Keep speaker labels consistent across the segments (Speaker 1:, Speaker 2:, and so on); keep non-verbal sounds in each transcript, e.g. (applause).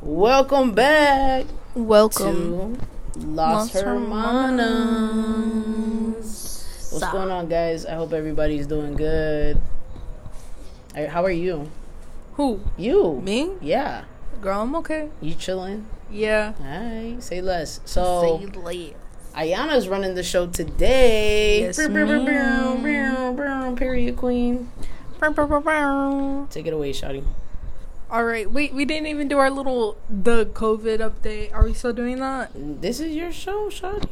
Speaker 1: Welcome back
Speaker 2: Welcome.
Speaker 1: to Lost
Speaker 2: Lost
Speaker 1: Hermanas. What's
Speaker 2: Sa-
Speaker 1: going on, guys? I hope everybody's doing good. I- How are you?
Speaker 2: Who?
Speaker 1: You?
Speaker 2: Me?
Speaker 1: Yeah.
Speaker 2: Girl, I'm okay.
Speaker 1: You chilling?
Speaker 2: Yeah. Oh.
Speaker 1: Alright, say less. So
Speaker 2: late.
Speaker 1: Ayana's running the show today.
Speaker 2: Yes,
Speaker 1: Brr, brr, brr,
Speaker 2: ma'am.
Speaker 1: brr, brr, brr, Period queen.
Speaker 2: All
Speaker 1: Take it away, Shotty.
Speaker 2: right. Wait, we didn't even do our little the COVID update. Are we still doing that?
Speaker 1: This is your show,
Speaker 2: (laughs)
Speaker 1: Shotty.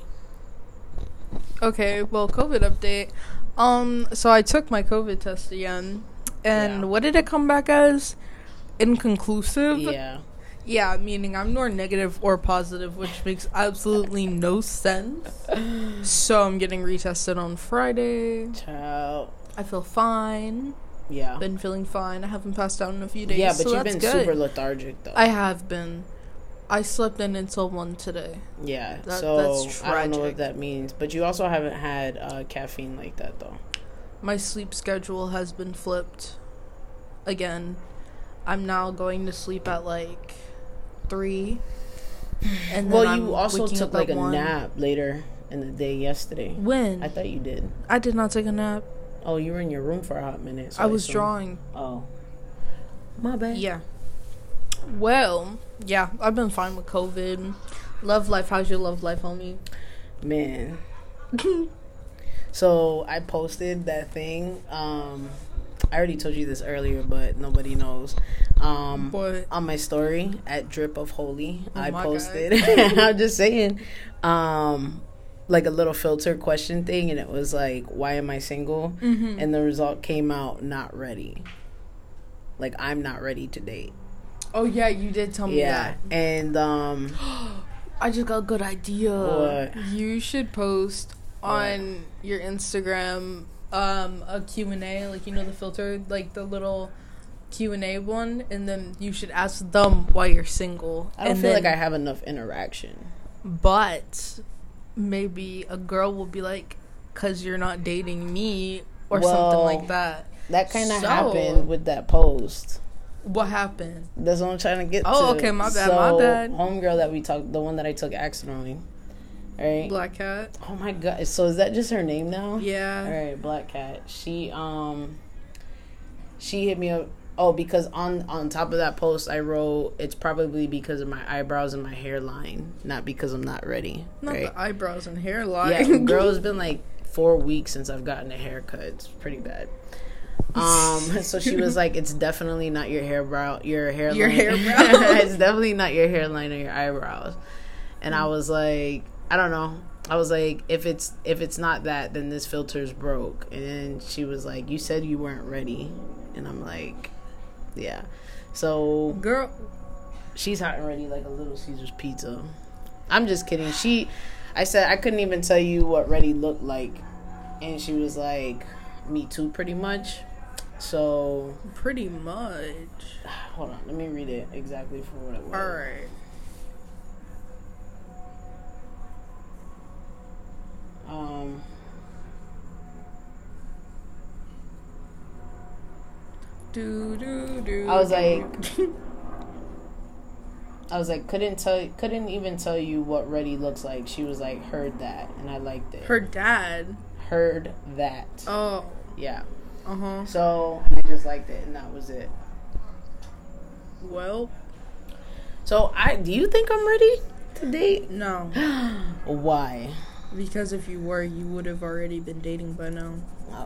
Speaker 2: Okay. Well, COVID update. Um. So I took my COVID test again, and
Speaker 1: Yeah.
Speaker 2: what did it come back as? Inconclusive.
Speaker 1: Yeah.
Speaker 2: Yeah, meaning I'm nor negative or positive, which makes absolutely no sense. So I'm getting retested on Friday.
Speaker 1: Child.
Speaker 2: I feel fine.
Speaker 1: Yeah.
Speaker 2: Been feeling fine. I haven't passed out in a few days.
Speaker 1: yeah, but
Speaker 2: so
Speaker 1: you've
Speaker 2: that's
Speaker 1: been
Speaker 2: good.
Speaker 1: super lethargic though.
Speaker 2: I have been. I slept in until one today.
Speaker 1: yeah,
Speaker 2: that-
Speaker 1: so
Speaker 2: that's
Speaker 1: I don't know what
Speaker 2: tragic.
Speaker 1: that means, but you also haven't had uh, caffeine like that though.
Speaker 2: My sleep schedule has been flipped again. I'm now going to sleep at like three. And then
Speaker 1: well,
Speaker 2: I'm
Speaker 1: you also
Speaker 2: waking up
Speaker 1: took like
Speaker 2: at
Speaker 1: a
Speaker 2: one.
Speaker 1: nap later in the day yesterday.
Speaker 2: When
Speaker 1: I thought you did.
Speaker 2: I did not take a nap,
Speaker 1: Oh, you were in your room for a hot minute. so
Speaker 2: I was
Speaker 1: assume-
Speaker 2: drawing.
Speaker 1: Oh, my bad.
Speaker 2: Yeah. Well, yeah, I've been fine with COVID. Love life. How's your love life, homie? (laughs)
Speaker 1: man. so I posted that thing. Um, I already told you this earlier, but nobody knows. Um,
Speaker 2: But
Speaker 1: on my story at drip of holy
Speaker 2: Oh
Speaker 1: i
Speaker 2: my
Speaker 1: posted (laughs) i'm just saying um like a little filter question thing and it was like why am i single
Speaker 2: Mhm.
Speaker 1: and the result came out not ready like i'm not ready to date
Speaker 2: oh yeah, you did tell me
Speaker 1: yeah
Speaker 2: that.
Speaker 1: and
Speaker 2: (gasps)
Speaker 1: um
Speaker 2: I just got a good idea.
Speaker 1: What?
Speaker 2: You should post on your Instagram um a Q&A, like you know the filter, like the little Q&A one and then you should ask them why you're single.
Speaker 1: i don't
Speaker 2: and
Speaker 1: feel
Speaker 2: then,
Speaker 1: like i have enough interaction
Speaker 2: but maybe a girl will be like cuz you're not dating me or something
Speaker 1: Well-
Speaker 2: like that.
Speaker 1: that kind of
Speaker 2: So-
Speaker 1: happened with that post
Speaker 2: What happened?
Speaker 1: that's what i'm trying to get
Speaker 2: Oh,
Speaker 1: to.
Speaker 2: okay, my bad, my bad.
Speaker 1: homegirl that we talked the one that i took accidentally right
Speaker 2: Black cat.
Speaker 1: oh my god so is that just her name now All
Speaker 2: Yeah.
Speaker 1: right, Black Cat. She um she hit me up oh because on on top of that post I wrote it's probably because of my eyebrows and my hairline, not because I'm not ready.
Speaker 2: Not
Speaker 1: right.
Speaker 2: the eyebrows and
Speaker 1: (laughs)
Speaker 2: hairline.
Speaker 1: yeah, girl, it's been like 4 weeks since I've gotten a haircut. It's pretty bad. Um (laughs) so she was like it's definitely not your hair brow your hairline.
Speaker 2: Your hairbrow.
Speaker 1: (laughs) it's definitely not your hairline or your eyebrows. And I was like I don't know. I was like, if it's if it's not that, then this filter's broke. And then she was like, you said you weren't ready, and I'm like, yeah. So
Speaker 2: (laughs) Girl,
Speaker 1: she's hot and ready like a Little Caesar's pizza. I'm just kidding. She, I said I couldn't even tell you what ready looked like, and she was like, me too, pretty much. So
Speaker 2: pretty much.
Speaker 1: hold on, let me read it exactly for what it was.
Speaker 2: All right.
Speaker 1: Um.
Speaker 2: Do do do.
Speaker 1: I was like- I was like, couldn't tell, couldn't even tell you what ready looks like. She was like, heard that, and I liked it.
Speaker 2: (laughs) her dad.
Speaker 1: heard that.
Speaker 2: Oh,
Speaker 1: Yeah.
Speaker 2: uh huh.
Speaker 1: So I just liked it, and that was it.
Speaker 2: Well,
Speaker 1: So I, do you think I'm ready to date? (gasps)
Speaker 2: no,
Speaker 1: Why?
Speaker 2: because if you were, you would have already been dating by now.
Speaker 1: Uh,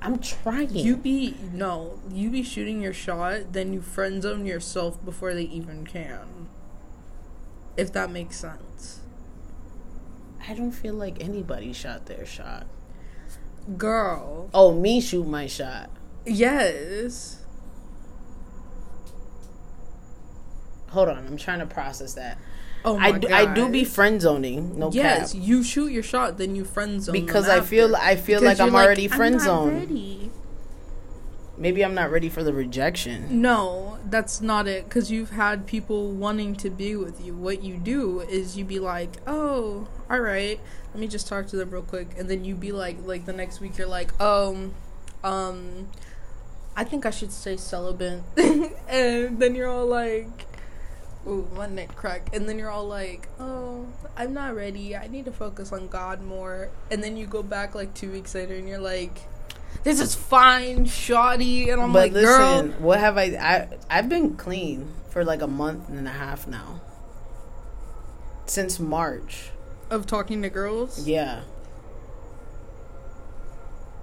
Speaker 1: I'm trying.
Speaker 2: You be no, you be shooting your shot, then you friend zone yourself before they even can. If that makes sense,
Speaker 1: I don't feel like anybody shot their shot.
Speaker 2: girl.
Speaker 1: Oh, me shoot my shot.
Speaker 2: Yes.
Speaker 1: Hold on, I'm trying to process that.
Speaker 2: Oh my
Speaker 1: I do, I do
Speaker 2: God.
Speaker 1: be friend zoning. No
Speaker 2: Yes,
Speaker 1: cap.
Speaker 2: you shoot your shot, then you friend zone. them
Speaker 1: Because I feel
Speaker 2: after.
Speaker 1: I feel
Speaker 2: Because
Speaker 1: like I'm
Speaker 2: you're
Speaker 1: already
Speaker 2: "I'm not
Speaker 1: friend zoned.
Speaker 2: ready."
Speaker 1: Maybe I'm not ready for the rejection.
Speaker 2: Mm, No, that's not it. Because you've had people wanting to be with you. What you do is you be like, oh, all right, let me just talk to them real quick, and then you be like, like the next week you're like, oh, um, (laughs) I think I should stay celibate, and then you're all like, ooh, my neck crack. And then you're all like, oh, I'm not ready. I need to focus on God more. And then you go back like two weeks later and you're like, this is fine, shoddy. And I'm
Speaker 1: but
Speaker 2: like,
Speaker 1: listen,
Speaker 2: girl.
Speaker 1: what have I, I? I've been clean for like a month and a half now. Since March,
Speaker 2: Of talking to girls?
Speaker 1: yeah.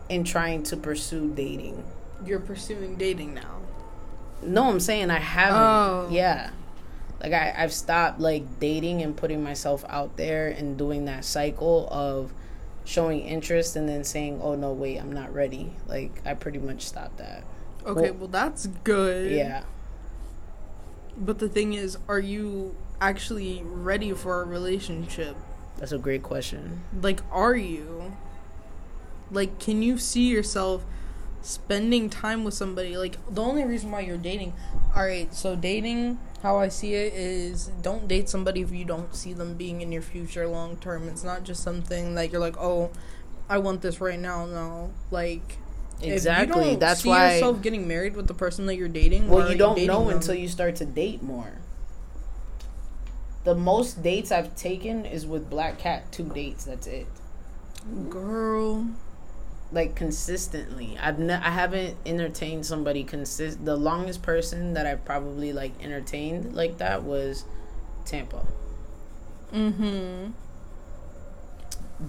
Speaker 1: And trying to pursue dating.
Speaker 2: You're pursuing dating now.
Speaker 1: No, I'm saying I haven't.
Speaker 2: Oh.
Speaker 1: Yeah. Like I, I've stopped like dating and putting myself out there and doing that cycle of showing interest and then saying, Oh no, wait, I'm not ready. Like I pretty much stopped that.
Speaker 2: Okay,
Speaker 1: Well-
Speaker 2: well, that's good.
Speaker 1: Yeah.
Speaker 2: But the thing is, are you actually ready for a relationship?
Speaker 1: That's a great question.
Speaker 2: Like, are you? Like, can you see yourself spending time with somebody? Like, the only reason why you're dating. Alright, so dating, how I see it is don't date somebody if you don't see them being in your future long term. It's not just something that you're like, oh, I want this right now. No. Like, if you
Speaker 1: Exactly.
Speaker 2: don't
Speaker 1: That's
Speaker 2: see
Speaker 1: why
Speaker 2: yourself getting married with the person that you're dating. why
Speaker 1: Well
Speaker 2: are
Speaker 1: you don't
Speaker 2: dating
Speaker 1: know
Speaker 2: them?
Speaker 1: until you start to date more. The most dates I've taken is with Black Cat, two dates, that's it.
Speaker 2: Girl.
Speaker 1: like consistently. I've ne- I haven't entertained somebody consist. The longest person that I've probably like entertained like that was Tampa.
Speaker 2: Mm-hmm.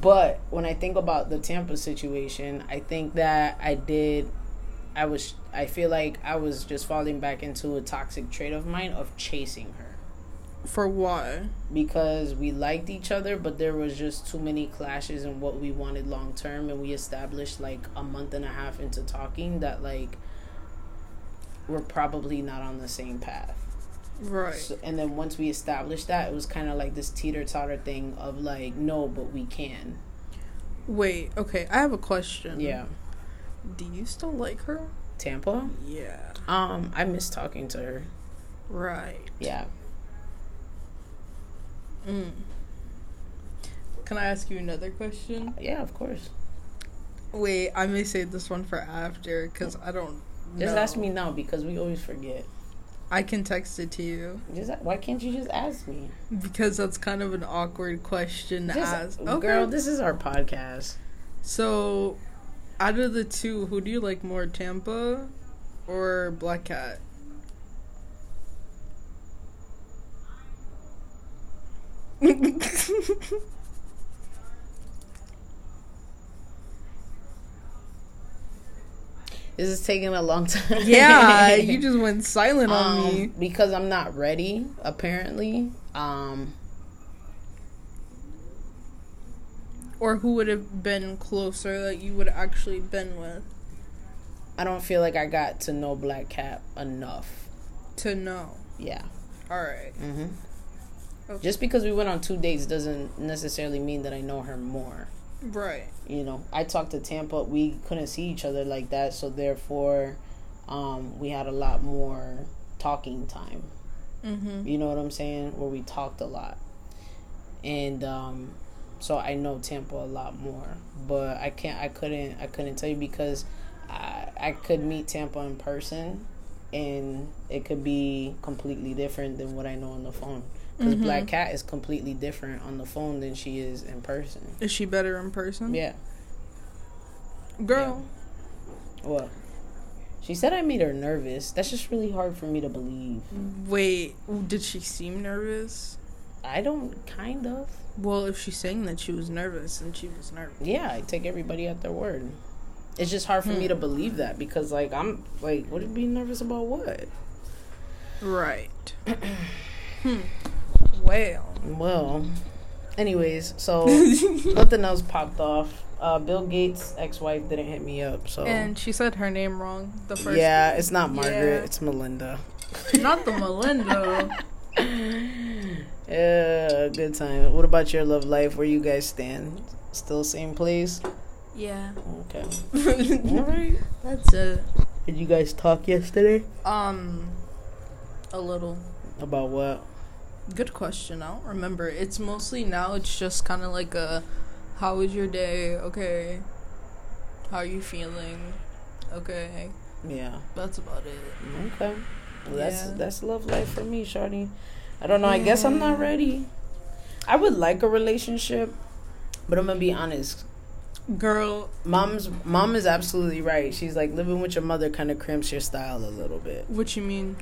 Speaker 1: But when I think about the Tampa situation, I think that I did. I was. I feel like I was just falling back into a toxic trait of mine of chasing her
Speaker 2: For why?
Speaker 1: because we liked each other, but there was just too many clashes in what we wanted long term, and we established like a month and a half into talking that like we're probably not on the same path.
Speaker 2: Right.
Speaker 1: So, and then once we established that, it was kind of like this teeter totter thing of like, no, but we can.
Speaker 2: Wait, okay, I have a question.
Speaker 1: Yeah,
Speaker 2: Do you still like her?
Speaker 1: Tampa.
Speaker 2: Yeah.
Speaker 1: Um, I miss talking to her.
Speaker 2: Right.
Speaker 1: Yeah,
Speaker 2: Mm. Can I ask you another question?
Speaker 1: yeah, of course.
Speaker 2: Wait, I may save this one for after because I don't.
Speaker 1: Just
Speaker 2: know.
Speaker 1: ask me now because we always forget.
Speaker 2: I can text it to you
Speaker 1: Just why can't you just ask me?
Speaker 2: because that's kind of an awkward question to
Speaker 1: Just,
Speaker 2: ask. Okay.
Speaker 1: girl, this is our podcast.
Speaker 2: so, out of the two, who do you like more, Tampa or
Speaker 1: (laughs)
Speaker 2: Black Cat?
Speaker 1: This is taking a long (laughs) time.
Speaker 2: Yeah,
Speaker 1: (laughs)
Speaker 2: you just went silent on
Speaker 1: Um,
Speaker 2: me.
Speaker 1: because I'm not ready. Apparently, um,
Speaker 2: Or who would have been closer that you would actually been with
Speaker 1: I don't feel like I got to know Black Cat enough.
Speaker 2: to know.
Speaker 1: Yeah.
Speaker 2: All right.
Speaker 1: hmm
Speaker 2: Okay.
Speaker 1: Just because we went on two dates doesn't necessarily mean that I know her more.
Speaker 2: Right.
Speaker 1: You know, I talked to Tampa. We couldn't see each other like that, so therefore, um, we had a lot more talking time.
Speaker 2: Mhm.
Speaker 1: You know what I'm saying? Where we talked a lot. And um so I know Tampa a lot more. But I can't I couldn't I couldn't tell you because I I could meet Tampa in person and it could be completely different than what I know on the phone. Because Black Cat is completely different on the phone than she is in person.
Speaker 2: Is she better in person?
Speaker 1: Yeah.
Speaker 2: Girl.
Speaker 1: Well she said I made her nervous. That's just really hard for me to believe.
Speaker 2: Wait, did she seem nervous?
Speaker 1: I don't kind of.
Speaker 2: Well, if she's saying that she was nervous, then she was nervous.
Speaker 1: yeah, I take everybody at their word. It's just hard for me to believe that because, like, I'm like, what are you being nervous about? What?
Speaker 2: Right. hmm. Well.
Speaker 1: Well, anyways, so (laughs) nothing else popped off. Uh, Bill Gates' ex-wife didn't hit me up, so
Speaker 2: And she said her name wrong the first
Speaker 1: yeah, it's not Margaret,
Speaker 2: Yeah.
Speaker 1: it's Melinda.
Speaker 2: Not the Melinda.
Speaker 1: Yeah, good time. What about your love life? Where you guys stand? Still same place?
Speaker 2: yeah.
Speaker 1: Okay. All right.
Speaker 2: (laughs) That's it.
Speaker 1: Did you guys talk yesterday
Speaker 2: Um a little
Speaker 1: about what?
Speaker 2: Good question. I don't remember. It's mostly now. It's just kind of like a, how was your day? Okay. How are you feeling? Okay.
Speaker 1: Yeah.
Speaker 2: That's about it.
Speaker 1: Okay. Well, that's
Speaker 2: Yeah.
Speaker 1: that's love life for me, Shawty. I don't know. I guess I'm not ready. I would like a relationship, but I'm gonna be honest.
Speaker 2: Girl,
Speaker 1: Mom's mom is absolutely right. She's like living with your mother kind of crimps your style a little bit.
Speaker 2: what you mean?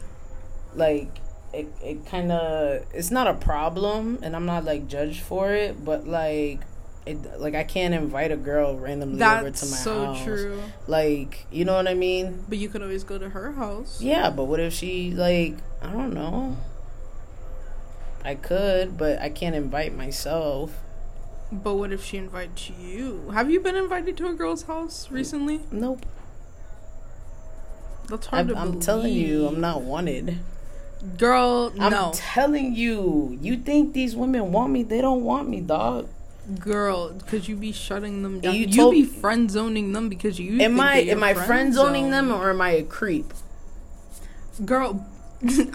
Speaker 1: like it, it kind of it's not a problem and i'm not like judged for it but like it like i can't invite a girl randomly over
Speaker 2: That's
Speaker 1: to my
Speaker 2: so
Speaker 1: house
Speaker 2: true.
Speaker 1: like you know what i mean
Speaker 2: But you could always go to her house.
Speaker 1: yeah but what if she like i don't know i could but i can't invite myself
Speaker 2: But what if she invites you? Have you been invited to a girl's house recently?
Speaker 1: nope
Speaker 2: That's hard
Speaker 1: I'm,
Speaker 2: to
Speaker 1: I'm telling you i'm
Speaker 2: believe.
Speaker 1: not wanted
Speaker 2: Girl,
Speaker 1: i'm
Speaker 2: no.
Speaker 1: telling you you think these women want me they don't want me dog
Speaker 2: Girl, because you be shutting them down.
Speaker 1: you
Speaker 2: You,
Speaker 1: told-
Speaker 2: be friend zoning them because you.
Speaker 1: am
Speaker 2: think
Speaker 1: i
Speaker 2: that you're
Speaker 1: am i friend zoning them
Speaker 2: friend-zoned.
Speaker 1: or am i a creep
Speaker 2: Mm-hmm. Girl,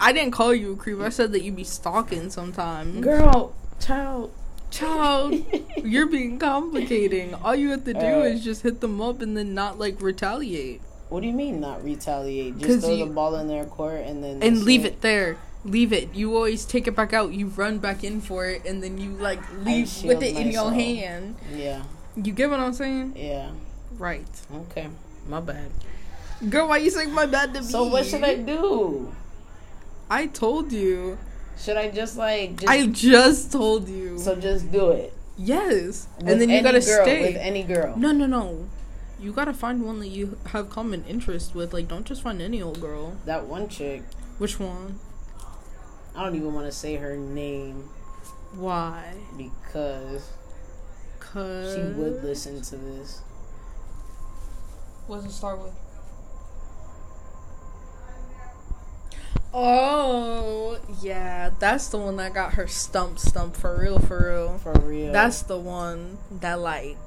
Speaker 2: (laughs) I didn't call you a creep. I said that you be stalking sometimes.
Speaker 1: Girl, child. (laughs)
Speaker 2: Child, you're being complicating. All you have to do
Speaker 1: Uh,
Speaker 2: is just hit them up and then not like retaliate
Speaker 1: What do you mean not retaliate?
Speaker 2: 'Cause
Speaker 1: Just throw
Speaker 2: you-
Speaker 1: the ball in their court and then
Speaker 2: and
Speaker 1: that's
Speaker 2: leave it there. Leave it. You always take it back out. You run back in for it, and then you like leave with
Speaker 1: shield
Speaker 2: it in your
Speaker 1: myself.
Speaker 2: hand.
Speaker 1: Yeah,
Speaker 2: You get what I'm saying?
Speaker 1: yeah.
Speaker 2: Right.
Speaker 1: Okay, my bad.
Speaker 2: Girl, why you saying my bad to me?
Speaker 1: So what should I do?
Speaker 2: I told you.
Speaker 1: Should I just like just
Speaker 2: I just told you.
Speaker 1: so just do it?
Speaker 2: yes.
Speaker 1: With
Speaker 2: And then you
Speaker 1: any
Speaker 2: gotta
Speaker 1: girl,
Speaker 2: stay.
Speaker 1: with any girl.
Speaker 2: no, no, no. You gotta find one that you have common interest with. Like, don't just find any old girl.
Speaker 1: That one chick.
Speaker 2: Which one?
Speaker 1: I don't even want to say her name
Speaker 2: Why?
Speaker 1: because
Speaker 2: Cause
Speaker 1: she would listen to this.
Speaker 2: What's it start with? Oh yeah, that's the one that got her stump stump for real for real.
Speaker 1: For real.
Speaker 2: That's the one that like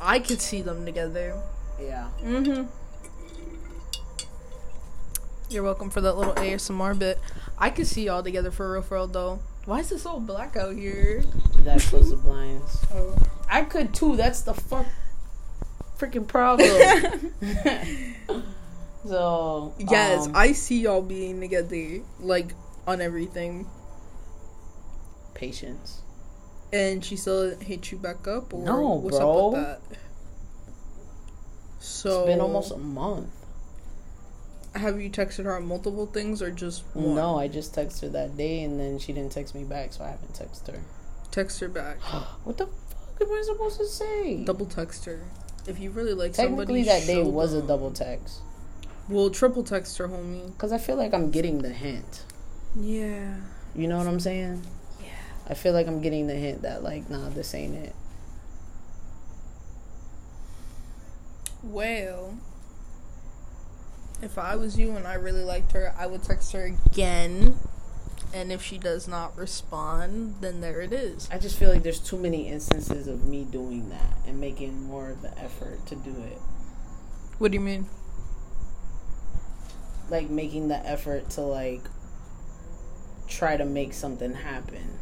Speaker 2: I could see them together.
Speaker 1: yeah.
Speaker 2: Mm-hmm. You're welcome for that little ASMR bit. I could see y'all together for real for real though. Why is it so black out here?
Speaker 1: That close the blinds.
Speaker 2: (laughs) Oh.
Speaker 1: I could too. That's the fuck freaking
Speaker 2: (laughs)
Speaker 1: problem. so
Speaker 2: Yes,
Speaker 1: um,
Speaker 2: I see y'all being together, like on everything.
Speaker 1: patience.
Speaker 2: And she still hit you back up, or
Speaker 1: No,
Speaker 2: what's
Speaker 1: bro.
Speaker 2: up with that? So
Speaker 1: It's been almost a month.
Speaker 2: have you texted her on multiple things or just one?
Speaker 1: No, I just texted her that day, and then she didn't text me back, so I haven't texted her. (gasps)
Speaker 2: Text her back.
Speaker 1: what the fuck am I supposed to say?
Speaker 2: Double text her. If you really like
Speaker 1: Technically, that
Speaker 2: somebody,
Speaker 1: day
Speaker 2: show
Speaker 1: was a
Speaker 2: them.
Speaker 1: double text
Speaker 2: Well, triple text her, homie.
Speaker 1: because I feel like I'm getting the hint.
Speaker 2: Yeah.
Speaker 1: You know what I'm saying?
Speaker 2: Yeah.
Speaker 1: I feel like I'm getting the hint that like, nah, this ain't it.
Speaker 2: Well, if I was you and I really liked her, I would text her again. And if she does not respond, then there it is.
Speaker 1: I just feel like there's too many instances of me doing that and making more of the effort to do it.
Speaker 2: What do you mean?
Speaker 1: like making the effort to like try to make something happen.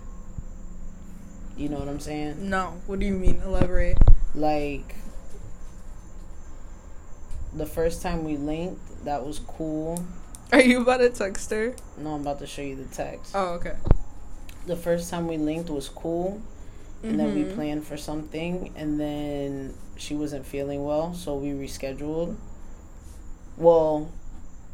Speaker 1: You know what I'm saying?
Speaker 2: No. What do you mean? Elaborate.
Speaker 1: Like the first time we linked, that was cool.
Speaker 2: Are you about to text her?
Speaker 1: No, I'm about to show you the text.
Speaker 2: Oh, okay.
Speaker 1: The first time we linked was cool, and then we planned for something, and then she wasn't feeling well, so we rescheduled. Well,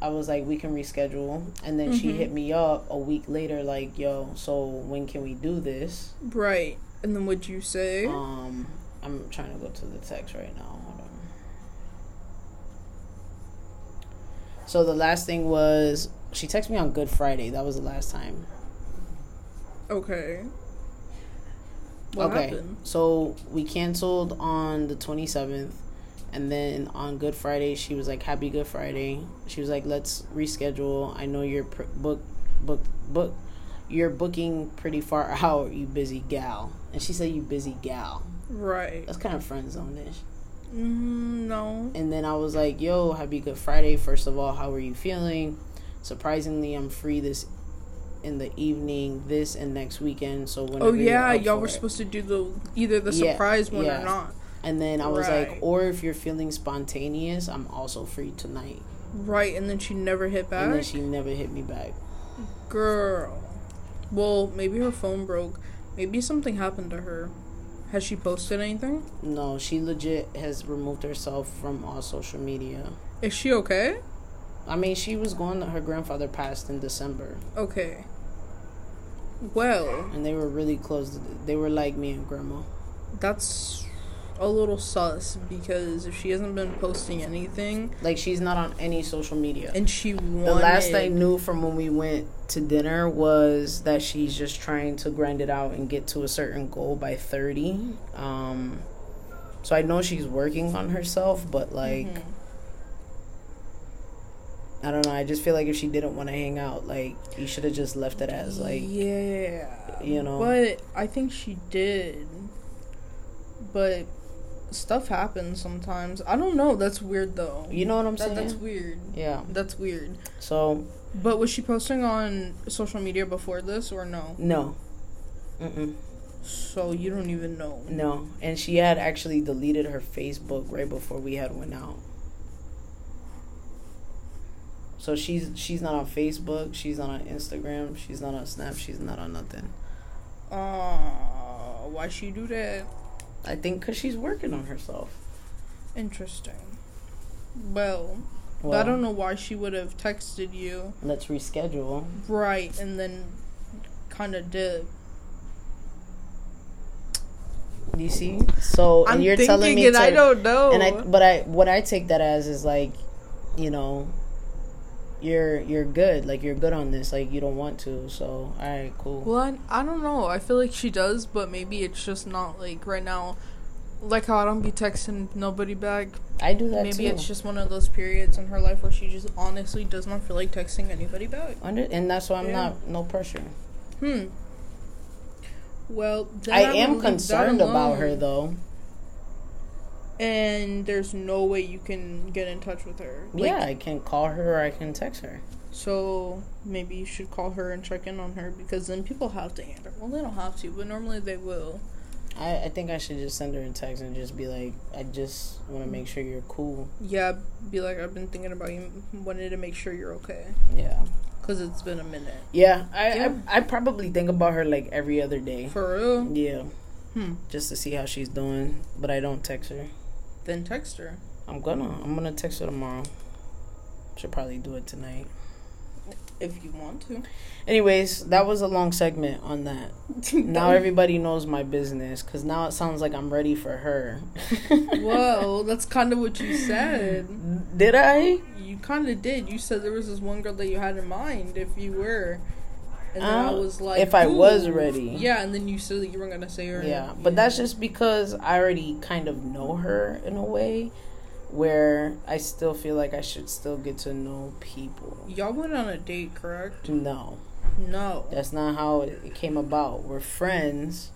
Speaker 1: I was like, we can reschedule, and then she
Speaker 2: Mhm.
Speaker 1: hit me up a week later, like, yo, so when can we do this?
Speaker 2: Right. And then what'd you say?
Speaker 1: Um, I'm trying to go to the text right now. Hold on. So the last thing was she texted me on Good Friday. That was the last time.
Speaker 2: okay. What happened?
Speaker 1: So we canceled on the 27th. And then on Good Friday, she was like, "Happy Good Friday." She was like, "Let's reschedule. I know you're pr- book, book, book. You're booking pretty far (laughs) out. You busy gal." And she said, "You busy gal."
Speaker 2: Right.
Speaker 1: That's kind of friend zone ish.
Speaker 2: Mm, no.
Speaker 1: And then I was like, yo, happy Good Friday. First of all, how are you feeling? Surprisingly, I'm free this in the evening, this and next weekend. So whenever
Speaker 2: Oh
Speaker 1: you're
Speaker 2: yeah,
Speaker 1: up
Speaker 2: y'all
Speaker 1: for
Speaker 2: were
Speaker 1: it.
Speaker 2: supposed to do the either the
Speaker 1: Yeah,
Speaker 2: surprise one
Speaker 1: yeah.
Speaker 2: or not.
Speaker 1: And then I was like,
Speaker 2: Right.
Speaker 1: or if you're feeling spontaneous, I'm also free tonight.
Speaker 2: Right. And then she never hit back.
Speaker 1: And then she never hit me back.
Speaker 2: Girl. Well, maybe her phone broke. Maybe something happened to her. Has she posted anything?
Speaker 1: No, she legit has removed herself from all social media.
Speaker 2: Is she okay?
Speaker 1: I mean, she was going to her grandfather passed in December,
Speaker 2: Okay. Well,
Speaker 1: and they were really close. They were like me and grandma.
Speaker 2: that's a little sus because if she hasn't been posting anything
Speaker 1: Like she's not on any social media.
Speaker 2: and she wanted
Speaker 1: the last I knew from when we went to dinner was that she's just trying to grind it out and get to a certain goal by 30. Um, so I know she's working on herself, but like,
Speaker 2: Mhm.
Speaker 1: I don't know. I just feel like if she didn't want to hang out, like, you should have just left it as like,
Speaker 2: yeah,
Speaker 1: you know.
Speaker 2: But I think she did. But stuff happens sometimes. I don't know. That's weird though.
Speaker 1: you know what I'm
Speaker 2: That,
Speaker 1: saying?
Speaker 2: that's weird.
Speaker 1: yeah.
Speaker 2: That's weird.
Speaker 1: So
Speaker 2: But was she posting on social media before this or no?
Speaker 1: no. Mm-mm,
Speaker 2: So you don't even know.
Speaker 1: no, and she had actually deleted her Facebook right before we had went out. So she's she's not on Facebook. She's not on Instagram. She's not on Snap. She's not on nothing.
Speaker 2: Uh, why she do that?
Speaker 1: I think because she's working on herself.
Speaker 2: Interesting. Well, but
Speaker 1: Well,
Speaker 2: I don't know why she would have texted you
Speaker 1: Let's reschedule.
Speaker 2: right and then kind of did.
Speaker 1: You see? So and you're telling me
Speaker 2: and
Speaker 1: to,
Speaker 2: I don't know.
Speaker 1: and I but I what I take that as is like, you know, you're you're good. Like you're good on this. Like you don't want to. So all right, cool.
Speaker 2: well, I, I don't know. I feel like she does, but maybe it's just not like right now. Like how I don't be texting nobody back.
Speaker 1: I do that
Speaker 2: Maybe
Speaker 1: too.
Speaker 2: it's just one of those periods in her life where she just honestly does not feel like texting anybody back.
Speaker 1: Under, and that's why I'm
Speaker 2: Yeah.
Speaker 1: not no pressure.
Speaker 2: Hmm. Well, then
Speaker 1: I
Speaker 2: I'm gonna
Speaker 1: am
Speaker 2: leave that
Speaker 1: concerned about
Speaker 2: alone.
Speaker 1: her though.
Speaker 2: And there's no way you can get in touch with her. Like,
Speaker 1: yeah, I can call her or I can text her.
Speaker 2: So maybe you should call her and check in on her because then people have to answer. Well, they don't have to, but normally they will.
Speaker 1: I, I think I should just send her a text and just be like, I just want to make sure you're cool.
Speaker 2: Yeah, be like, I've been thinking about you, wanted to make sure you're okay
Speaker 1: Yeah.
Speaker 2: because it's been a minute.
Speaker 1: Yeah. I,
Speaker 2: Yeah.
Speaker 1: I I probably think about her like every other day.
Speaker 2: For real?
Speaker 1: Yeah.
Speaker 2: Hmm.
Speaker 1: Just to see how she's doing, but I don't text her.
Speaker 2: Then text her.
Speaker 1: I'm gonna. I'm gonna text her tomorrow. Should probably do it tonight.
Speaker 2: If you want to. (laughs)
Speaker 1: Anyways, that was a long segment on that. Now everybody knows my business because now it sounds like I'm ready for her. (laughs)
Speaker 2: Whoa, that's kind of what you said.
Speaker 1: Did I?
Speaker 2: You kind of did. You said there was this one girl that you had in mind if you were. And then I
Speaker 1: Uh,
Speaker 2: was like,
Speaker 1: if I was
Speaker 2: "Ooh."
Speaker 1: ready.
Speaker 2: Yeah, and then you said that you weren't going to say her.
Speaker 1: Yeah, but that's just because I already kind of know her in a way where I still feel like I should still get to know people.
Speaker 2: Y'all went on a date, correct?
Speaker 1: No,
Speaker 2: No.
Speaker 1: that's not how it came about. We're friends,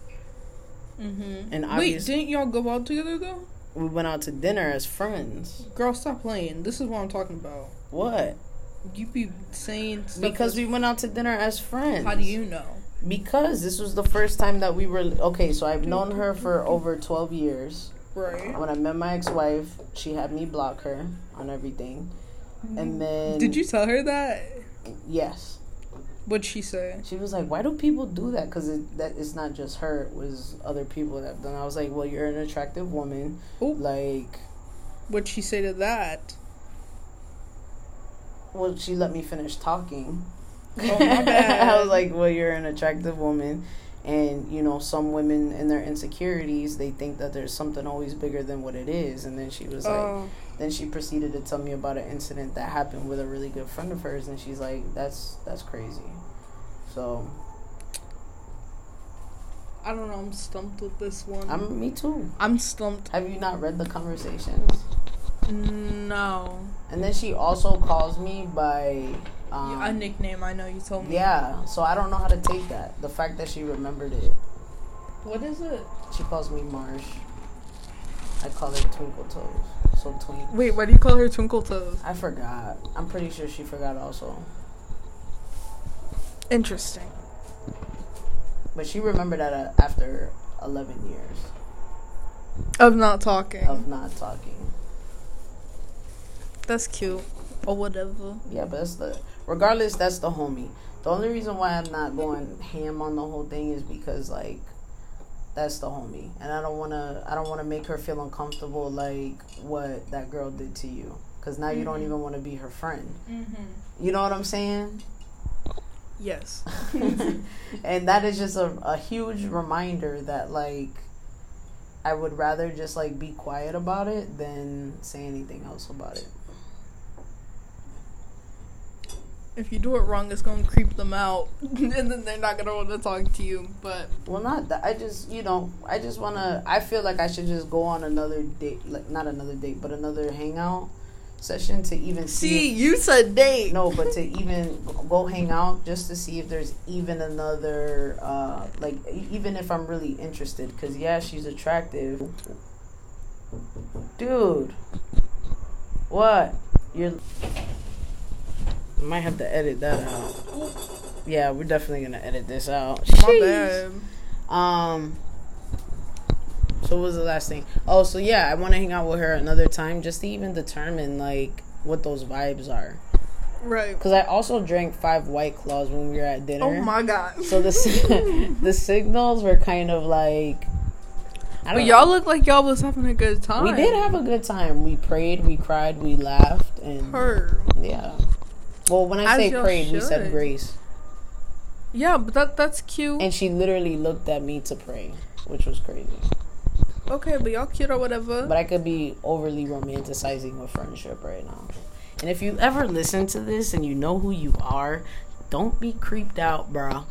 Speaker 2: Mm-hmm.
Speaker 1: and
Speaker 2: Wait,
Speaker 1: obviously
Speaker 2: didn't y'all go out together though?
Speaker 1: we went out to dinner as friends.
Speaker 2: Girl, stop playing. This is what I'm talking about.
Speaker 1: What?
Speaker 2: You be saying stuff
Speaker 1: Because we
Speaker 2: that's-
Speaker 1: went out to dinner as friends.
Speaker 2: How do you know?
Speaker 1: Because this was the first time that we were okay. So I've known her for over twelve years.
Speaker 2: Right.
Speaker 1: When I met my ex-wife, she had me block her on everything, and then
Speaker 2: Mm. Did you tell her that?
Speaker 1: Yes.
Speaker 2: What'd she say?
Speaker 1: She was like, "Why do people do that? Because it, that it's not just her; it was other people that have done." I was like, "Well, you're an attractive woman.
Speaker 2: Oh.
Speaker 1: Like,
Speaker 2: What'd she say to
Speaker 1: (laughs)
Speaker 2: that?
Speaker 1: well, she let me finish talking.
Speaker 2: Oh, my
Speaker 1: (laughs)
Speaker 2: bad.
Speaker 1: I was like, "Well, you're an attractive woman." And you know, some women in their insecurities, they think that there's something always bigger than what it is. And then she was like,
Speaker 2: Oh,
Speaker 1: then she proceeded to tell me about an incident that happened with a really good friend of hers, and she's like, "That's that's crazy." So
Speaker 2: I don't know. I'm stumped with this one.
Speaker 1: I'm me too.
Speaker 2: I'm stumped.
Speaker 1: Have you not read the conversations?
Speaker 2: No.
Speaker 1: And then she also calls me by um,
Speaker 2: a nickname. I know you told me.
Speaker 1: Yeah, so I don't know how to take that. The fact that she remembered it.
Speaker 2: What is it?
Speaker 1: She calls me Marsh. I call her Twinkle Toes. So twink.
Speaker 2: Wait, why do you call her Twinkle Toes?
Speaker 1: I forgot. I'm pretty sure she forgot also.
Speaker 2: Interesting.
Speaker 1: But she remembered that uh, after 11 years
Speaker 2: Of not talking.
Speaker 1: of not talking.
Speaker 2: That's cute. Or whatever.
Speaker 1: Yeah, but that's the. Regardless, that's the homie. The only reason why I'm not going ham on the whole thing is because like that's the homie, and I don't wanna I don't wanna make her feel uncomfortable like what that girl did to you, because now you don't even want to be her friend.
Speaker 2: Mm-hmm.
Speaker 1: You know what I'm saying?
Speaker 2: Yes.
Speaker 1: and that is just a, a huge reminder that like I would rather just like be quiet about it than say anything else about it.
Speaker 2: If you do it wrong, it's gonna creep them out, (laughs) and then they're not gonna want to talk to you. But
Speaker 1: Well, not that. I just, you know, I just want to. I feel like I should just go on another date, like not another date, but another hangout session to even
Speaker 2: see, you said date.
Speaker 1: No,
Speaker 2: (laughs)
Speaker 1: but to even go hang out just to see if there's even another, uh, like, even if I'm really interested. Because, yeah, she's attractive. Dude. What? You're. I might have to edit that out. Yeah, we're definitely going to edit this out.
Speaker 2: My
Speaker 1: Sheesh.
Speaker 2: bad.
Speaker 1: Um. So what was the last thing? Oh, so yeah, I want to hang out with her another time just to even determine like what those vibes are.
Speaker 2: Right.
Speaker 1: Cause I also drank five White Claws when we were at dinner.
Speaker 2: Oh my god.
Speaker 1: So the si- (laughs) the signals were kind of like. I
Speaker 2: But
Speaker 1: don't
Speaker 2: y'all look like y'all was having a good time.
Speaker 1: know. We did have a good time. We prayed, we cried, we laughed, and
Speaker 2: her.
Speaker 1: yeah. Well, when I
Speaker 2: As
Speaker 1: say
Speaker 2: y'all
Speaker 1: prayed, we said
Speaker 2: should.
Speaker 1: grace,
Speaker 2: Yeah, but that that's cute.
Speaker 1: and she literally looked at me to pray, which was crazy.
Speaker 2: okay, but y'all cute or whatever.
Speaker 1: But I could be overly romanticizing with friendship right now. And if you ever listen to this and you know who you are, don't be creeped out, bruh.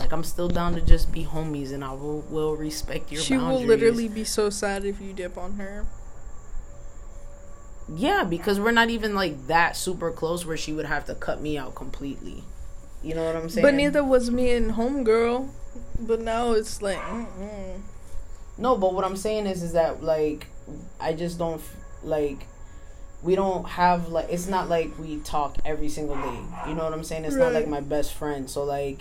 Speaker 1: Like I'm still down to just be homies, and I will will respect your
Speaker 2: she
Speaker 1: boundaries.
Speaker 2: will literally be so sad if you dip on her.
Speaker 1: yeah, because we're not even like that super close where she would have to cut me out completely. You know what I'm saying?
Speaker 2: But neither was me and homegirl. But now it's like, mm-mm.
Speaker 1: No, but what I'm saying is, is that like, I just don't f- like. We don't have like it's not like we talk every single day. You know what I'm saying? It's not
Speaker 2: Right.
Speaker 1: like my best friend. So like,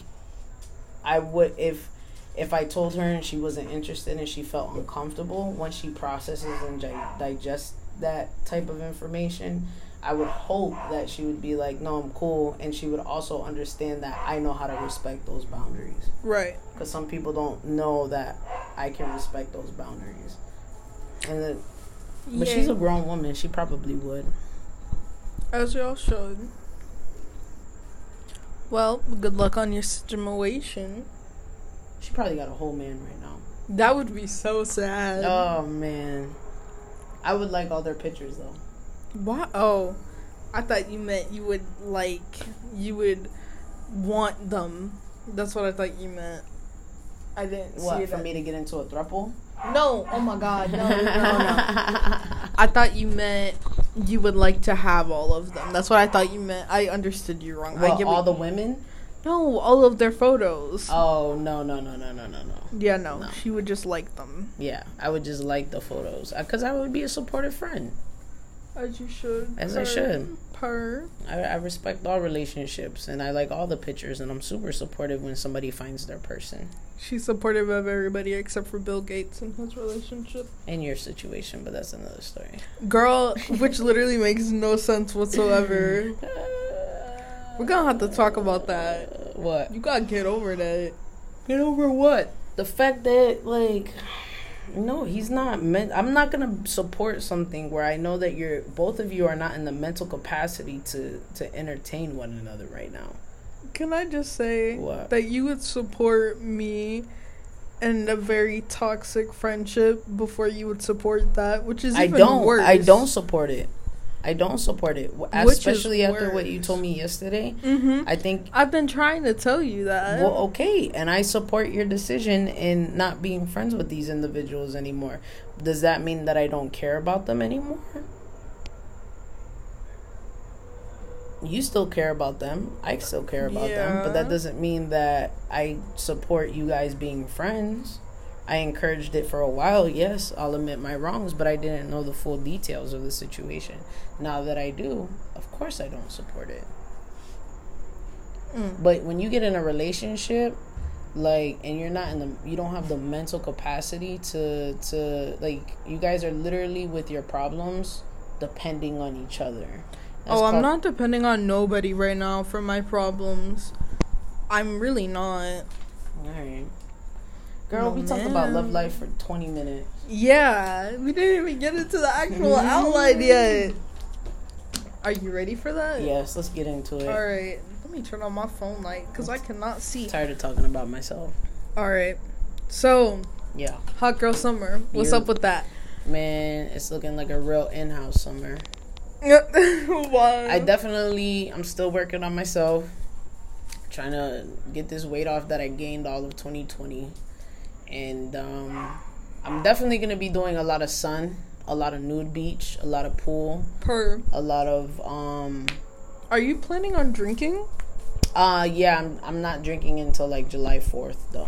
Speaker 1: I would if if I told her and she wasn't interested and she felt uncomfortable when she processes and di- digests that type of information. I would hope that she would be like, "No, I'm cool," and she would also understand that I know how to respect those boundaries
Speaker 2: right.
Speaker 1: because some people don't know that I can respect those boundaries. And then, but she's a grown woman; she probably would.
Speaker 2: As y'all should. Well, good luck on your situation.
Speaker 1: She probably got a whole man right now.
Speaker 2: That would be so sad.
Speaker 1: Oh man, I would like all their pictures though.
Speaker 2: Why? Oh, I thought you meant you would like you would want them. That's what I thought you meant. I didn't see
Speaker 1: What
Speaker 2: it.
Speaker 1: for me to get into a throuple?
Speaker 2: No. Oh my God. No. No. no.
Speaker 1: (laughs)
Speaker 2: I thought you meant you would like to have all of them. That's what I thought you meant. I understood you wrong. I
Speaker 1: What,
Speaker 2: give
Speaker 1: all
Speaker 2: it-
Speaker 1: the women?
Speaker 2: no, all of their photos.
Speaker 1: Oh no no no no no no no.
Speaker 2: yeah, no,
Speaker 1: no.
Speaker 2: she would just like them.
Speaker 1: Yeah, I would just like the photos because I would be a supportive friend,
Speaker 2: As you should.
Speaker 1: as I should.
Speaker 2: Per.
Speaker 1: I, I respect all relationships and I like all the pictures, and I'm super supportive when somebody finds their person.
Speaker 2: She's supportive of everybody except for Bill Gates and his relationship.
Speaker 1: in your situation, but that's another story.
Speaker 2: Girl, which literally makes no
Speaker 1: (laughs)
Speaker 2: sense whatsoever. We're gonna have to talk about that.
Speaker 1: Uh, What?
Speaker 2: You gotta get over that.
Speaker 1: Get over what? The fact that like no, he's not meant I'm not gonna support something where I know that you're both of you are not in the mental capacity to to entertain one another right now.
Speaker 2: Can I just say
Speaker 1: What?
Speaker 2: that you would support me in a very toxic friendship before you would support that, which is
Speaker 1: I
Speaker 2: even
Speaker 1: don't
Speaker 2: worse.
Speaker 1: I don't support it. I don't support it. W-
Speaker 2: Which is
Speaker 1: Especially after what you
Speaker 2: worse.
Speaker 1: told me yesterday.
Speaker 2: hmm
Speaker 1: I think
Speaker 2: I've been trying to tell you that.
Speaker 1: Well, okay, and I support your decision in not being friends with these individuals anymore. Does that mean that I don't care about them anymore? You still care about them. I still care about them, but that
Speaker 2: Yeah.
Speaker 1: doesn't mean that I support you guys being friends. I encouraged it for a while. Yes, I'll admit my wrongs, but I didn't know the full details of the situation. Now that I do, of course I don't support it.
Speaker 2: Mm.
Speaker 1: But when you get in a relationship, like, and you're not in the, you don't have the mental capacity to, to, like, you guys are literally with your problems depending on each other. That's
Speaker 2: oh, I'm
Speaker 1: called-
Speaker 2: not depending on nobody right now for my problems. I'm really not.
Speaker 1: All right. Girl,
Speaker 2: No,
Speaker 1: we talked about love
Speaker 2: ma'am.
Speaker 1: life for 20 minutes.
Speaker 2: Yeah, we didn't even get into the actual
Speaker 1: Mm.
Speaker 2: outline yet. Are you ready for that?
Speaker 1: Yes, let's get into it.
Speaker 2: All right. Let me turn on my phone light because I cannot see.
Speaker 1: Tired of talking about myself.
Speaker 2: All right. So,
Speaker 1: Yeah.
Speaker 2: hot girl summer. What's
Speaker 1: You're-
Speaker 2: up
Speaker 1: (laughs)
Speaker 2: with that? (laughs)
Speaker 1: Man, it's looking like a real in house summer.
Speaker 2: Why?
Speaker 1: I definitely, I'm still working on myself, trying to get this weight off that I gained all of 2020. And um, I'm definitely going to be doing a lot of sun, a lot of nude beach, a lot of pool,
Speaker 2: per.
Speaker 1: a lot of, um,
Speaker 2: Are you planning on drinking?
Speaker 1: uh, yeah, I'm, I'm not drinking until like July 4th, though.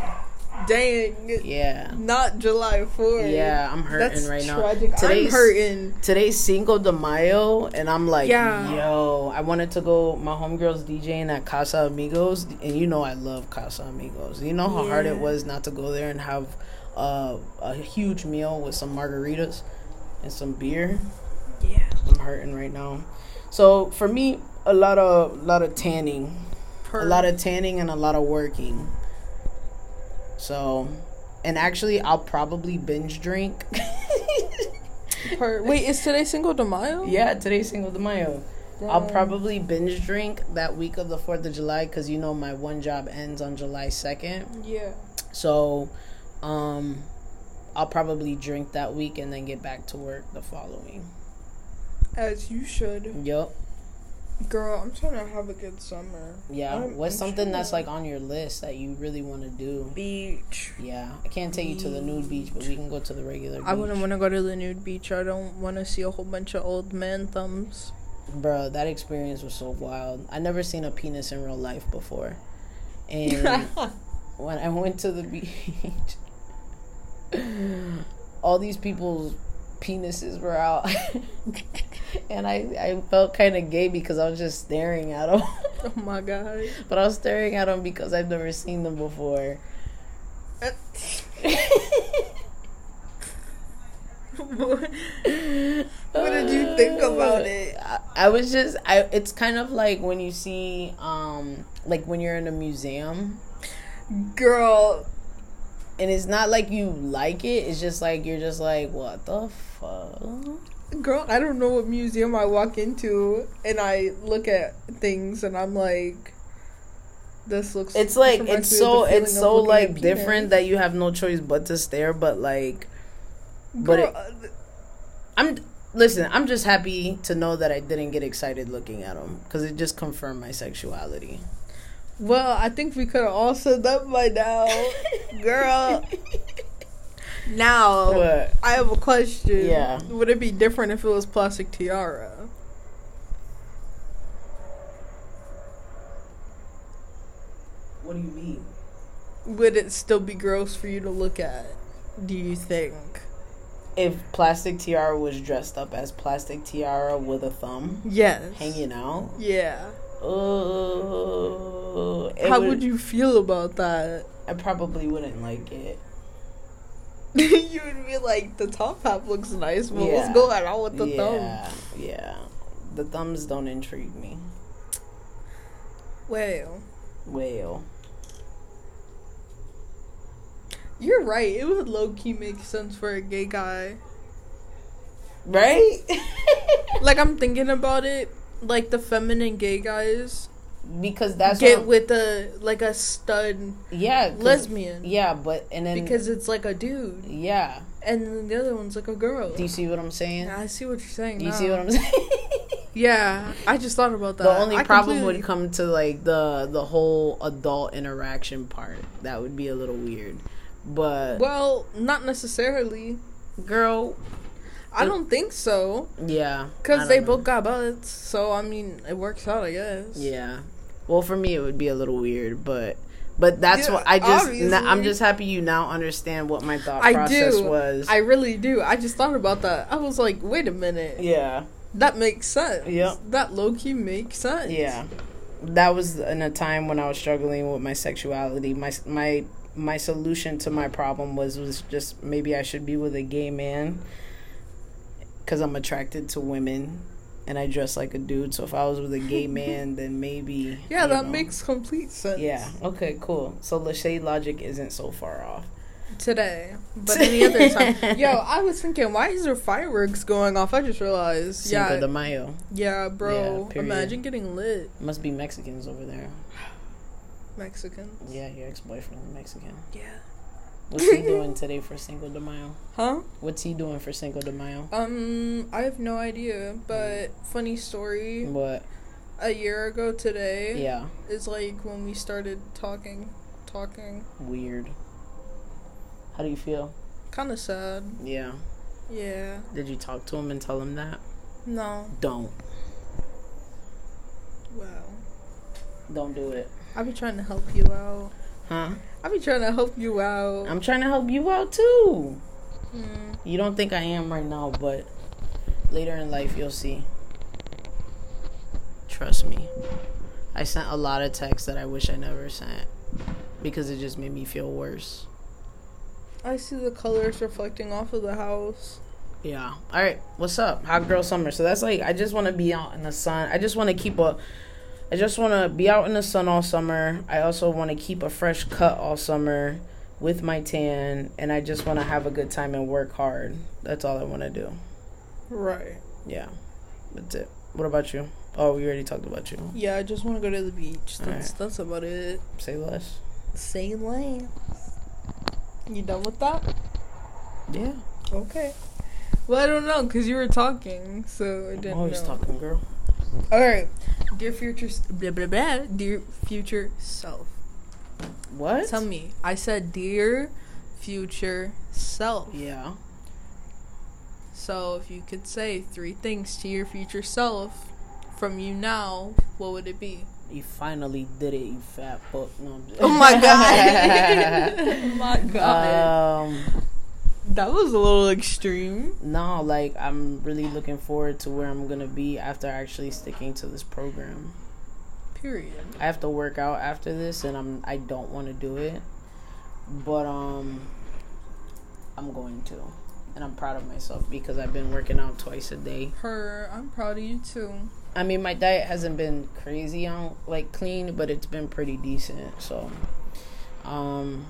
Speaker 2: Dang.
Speaker 1: Yeah.
Speaker 2: Not July 4th.
Speaker 1: Yeah, I'm hurting
Speaker 2: That's
Speaker 1: right now.
Speaker 2: tragic. I'm
Speaker 1: Today's-
Speaker 2: hurting.
Speaker 1: today's Cinco de Mayo, and I'm like,
Speaker 2: Yeah.
Speaker 1: yo, I wanted to go. My homegirl's DJing at Casa Amigos, and you know I love Casa Amigos. You know how hard it
Speaker 2: Yeah.
Speaker 1: was not to go there and have uh, a huge meal with some margaritas and some beer.
Speaker 2: Yeah.
Speaker 1: I'm hurting right now. So for me, a lot of lot of tanning,
Speaker 2: Per.
Speaker 1: a lot of tanning, and a lot of working. So, and actually, I'll probably binge drink. (laughs)
Speaker 2: Per. Wait, is today Cinco de Mayo?
Speaker 1: Yeah, today's Cinco de Mayo. I'll
Speaker 2: Dang.
Speaker 1: probably binge drink that week of the 4th of July because you know my one job ends on July 2nd.
Speaker 2: Yeah.
Speaker 1: So, um, I'll probably drink that week and then get back to work the following.
Speaker 2: As you should.
Speaker 1: Yup.
Speaker 2: Girl, I'm trying to have a good summer.
Speaker 1: Yeah.
Speaker 2: I'm-
Speaker 1: What's
Speaker 2: I'm
Speaker 1: something
Speaker 2: sure.
Speaker 1: that's like on your list that you really want to do?
Speaker 2: Beach.
Speaker 1: Yeah. I can't take you to the nude beach, but we can go to the regular beach.
Speaker 2: I wouldn't want to go to the nude beach. I don't want to see a whole bunch of old man thumbs.
Speaker 1: Bro, that experience was so wild. I never seen a penis in real life
Speaker 2: (laughs)
Speaker 1: before. And
Speaker 2: Oh
Speaker 1: when I went to the beach, (laughs) all these people's penises were out. (laughs) and I, I felt kind of gay because I was just staring at them.
Speaker 2: oh my god.
Speaker 1: (laughs) but I was staring at them because I've never seen them before. (laughs)
Speaker 2: what
Speaker 1: What
Speaker 2: did you think about it?
Speaker 1: I, I was just I it's kind of like when you see um like when you're in a museum
Speaker 2: Girl.
Speaker 1: and it's not like you like it. It's just like you're just like, what the fuck?
Speaker 2: Girl, I don't know what museum I walk into and I look at things and I'm like, this looks.
Speaker 1: It's like
Speaker 2: this reminds
Speaker 1: it's
Speaker 2: me of
Speaker 1: so
Speaker 2: the feeling
Speaker 1: it's
Speaker 2: of
Speaker 1: so
Speaker 2: looking at
Speaker 1: like
Speaker 2: penis.
Speaker 1: different that you have no choice but to stare. But like, but
Speaker 2: Girl,
Speaker 1: it, I'm listen. I'm just happy to know that I didn't get excited looking at them because it just confirmed my sexuality.
Speaker 2: well, I think we could have all said that by
Speaker 1: (laughs)
Speaker 2: now. (laughs) Girl. Now.
Speaker 1: But
Speaker 2: I have a question.
Speaker 1: Yeah.
Speaker 2: Would it be different if it was plastic tiara?
Speaker 1: what do you mean?
Speaker 2: Would it still be gross for you to look at? Do you think?
Speaker 1: If plastic tiara was dressed up as plastic tiara with a thumb
Speaker 2: Yes.
Speaker 1: hanging out,
Speaker 2: Yeah.
Speaker 1: oh, it
Speaker 2: How would you feel about that? (laughs)
Speaker 1: I probably wouldn't like it.
Speaker 2: you would be like, the top half looks nice, but
Speaker 1: Yeah.
Speaker 2: what's going on with the thumb?
Speaker 1: yeah, Yeah. The thumbs don't intrigue me.
Speaker 2: Well,
Speaker 1: Well.
Speaker 2: you're right. It would low key make sense for a gay guy.
Speaker 1: (laughs) Right?
Speaker 2: Like I'm thinking about it, like the feminine gay guys
Speaker 1: because that's
Speaker 2: get
Speaker 1: what,
Speaker 2: with a like a stud
Speaker 1: yeah, 'cause-
Speaker 2: lesbian
Speaker 1: Yeah, but and then
Speaker 2: because it's like a dude.
Speaker 1: yeah.
Speaker 2: And then the other one's like a girl.
Speaker 1: Do you see what I'm saying?
Speaker 2: Yeah, I see what you're saying.
Speaker 1: Do you
Speaker 2: now.
Speaker 1: see what I'm (laughs) saying?
Speaker 2: Yeah, I just thought about that.
Speaker 1: the only
Speaker 2: Uh, I
Speaker 1: problem
Speaker 2: completely-
Speaker 1: would come to like the the whole adult interaction part. That would be a little weird. But
Speaker 2: Well, not necessarily.
Speaker 1: girl,
Speaker 2: I don't think so,
Speaker 1: yeah, I
Speaker 2: because
Speaker 1: don't
Speaker 2: they
Speaker 1: know.
Speaker 2: both got butts. So I mean, it works out, I guess.
Speaker 1: Yeah. Well, for me, it would be a little weird, but but that's
Speaker 2: Yeah,
Speaker 1: what I just n- I'm
Speaker 2: obviously.
Speaker 1: just happy you now understand what my thought
Speaker 2: I
Speaker 1: process
Speaker 2: do.
Speaker 1: was.
Speaker 2: I really do. I just thought about that. I was like, wait a minute.
Speaker 1: yeah,
Speaker 2: That makes sense.
Speaker 1: Yep.
Speaker 2: That low key makes sense.
Speaker 1: yeah. That was in a time when I was struggling with my sexuality. My s- my my solution to my problem was was just maybe I should be with a gay man because I'm attracted to women and I dress like a dude. So if I was with a
Speaker 2: (laughs)
Speaker 1: gay man, then maybe.
Speaker 2: Yeah,
Speaker 1: you
Speaker 2: that
Speaker 1: know.
Speaker 2: makes complete sense.
Speaker 1: Yeah. Okay. Cool. So the shade logic isn't so far off.
Speaker 2: Today,
Speaker 1: (laughs)
Speaker 2: but any other time. Yo, I was thinking, why is there fireworks going off? I just realized.
Speaker 1: Cinco
Speaker 2: Yeah,
Speaker 1: de Mayo
Speaker 2: yeah, bro.
Speaker 1: Yeah, period.
Speaker 2: imagine getting lit,
Speaker 1: must be Mexicans over there.
Speaker 2: Mexican.
Speaker 1: Yeah, your ex-boyfriend is Mexican.
Speaker 2: Yeah.
Speaker 1: What's (laughs) he doing today for Cinco de Mayo?
Speaker 2: Huh?
Speaker 1: What's he doing for Cinco de Mayo?
Speaker 2: Um, I have no idea, but funny story.
Speaker 1: What?
Speaker 2: A year ago today
Speaker 1: Yeah.
Speaker 2: is like when we started talking, talking.
Speaker 1: Weird. How do you feel?
Speaker 2: Kind of sad.
Speaker 1: Yeah.
Speaker 2: Yeah.
Speaker 1: Did you talk to him and tell him that?
Speaker 2: No.
Speaker 1: Don't.
Speaker 2: Wow.
Speaker 1: Don't do it.
Speaker 2: I be trying to help you out.
Speaker 1: Huh?
Speaker 2: I be trying to help you out.
Speaker 1: I'm trying to help you out too.
Speaker 2: Mm.
Speaker 1: You don't think I am right now, but later in life you'll see. Trust me. I sent a lot of texts that I wish I never sent because it just made me feel worse.
Speaker 2: I see the colors reflecting off of the house.
Speaker 1: Yeah. All right. What's up? Hot girl summer. So that's like I just want to be out in the sun. I just want to keep a I just want to be out in the sun all summer. I also want to keep a fresh cut all summer with my tan and I just want to have a good time and work hard. That's all I want to do.
Speaker 2: Right.
Speaker 1: Yeah. That's it. What about you? Oh, we already talked about you.
Speaker 2: Yeah, I just want to go to the beach.
Speaker 1: All
Speaker 2: That's that's about it.
Speaker 1: Say less.
Speaker 2: Same lane. You done with that?
Speaker 1: Yeah.
Speaker 2: Okay. Well, I don't know because you were talking, so I
Speaker 1: I'm
Speaker 2: didn't
Speaker 1: always
Speaker 2: know.
Speaker 1: talking, girl.
Speaker 2: All right, dear future, s- blah, blah, blah, dear future self.
Speaker 1: What?
Speaker 2: Tell me, I said dear future self.
Speaker 1: Yeah.
Speaker 2: So if you could say three things to your future self from you now, what would
Speaker 1: (laughs)
Speaker 2: it be?
Speaker 1: You finally did it, you fat fuck. No, I'm just-
Speaker 2: Oh my
Speaker 1: (laughs)
Speaker 2: god! (laughs) oh my god!
Speaker 1: Um.
Speaker 2: that was a little extreme.
Speaker 1: No, like I'm really looking forward to where I'm gonna be after actually sticking to this program.
Speaker 2: Period.
Speaker 1: I have to work out after this, and I'm I don't want to do it, but um, I'm going to, and I'm proud of myself because I've been working out twice a day.
Speaker 2: Her, I'm proud of you too.
Speaker 1: I mean, my diet hasn't been crazy on like clean, but it's been pretty decent. So, um,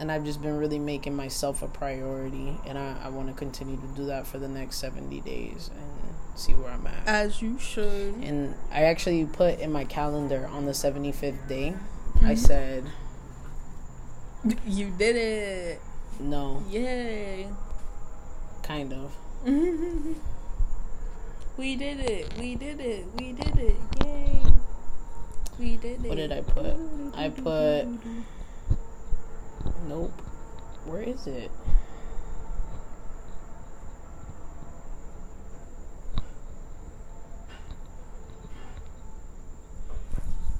Speaker 1: and I've just been really making myself a priority, and I, I want to continue to do that for the next seventy days and see where I'm at.
Speaker 2: As you should. (laughs)
Speaker 1: And I actually put in my calendar on the seventy fifth day. I
Speaker 2: Mhm.
Speaker 1: said
Speaker 2: You did it.
Speaker 1: no,
Speaker 2: Yay. (laughs)
Speaker 1: kind of.
Speaker 2: we did it. We did it. We did it. Yay. We did it.
Speaker 1: What did I put? I
Speaker 2: (laughs)
Speaker 1: put. Nope. Where is it?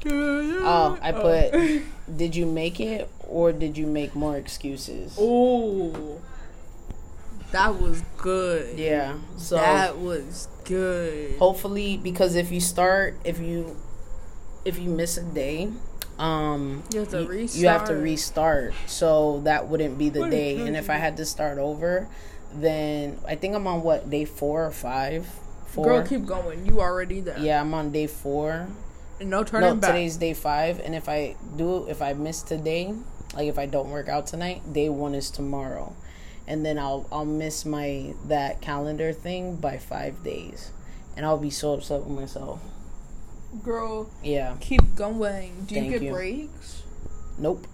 Speaker 1: Oh, I
Speaker 2: (laughs)
Speaker 1: put- Did you make it or did you make more excuses?
Speaker 2: Oh. That was good.
Speaker 1: Yeah. So
Speaker 2: that was good.
Speaker 1: hopefully because if you start if you if you miss a day, um
Speaker 2: You have to
Speaker 1: you- you have to
Speaker 2: restart.
Speaker 1: restart. So that wouldn't be the
Speaker 2: What a
Speaker 1: day. And if I
Speaker 2: tragedy.
Speaker 1: had to start over, then I think I'm on what, day four or five? Four.
Speaker 2: Girl, keep going. You already there.
Speaker 1: yeah, I'm on day four.
Speaker 2: No turning
Speaker 1: No,
Speaker 2: back.
Speaker 1: today's day five, and if I do, if I miss today, like if I don't work out tonight, day one is tomorrow, and then I'll I'll miss my that calendar thing by five days, and I'll be so upset with myself.
Speaker 2: Girl,
Speaker 1: Yeah,
Speaker 2: keep going. Do you
Speaker 1: Thank
Speaker 2: get
Speaker 1: you.
Speaker 2: breaks?
Speaker 1: nope,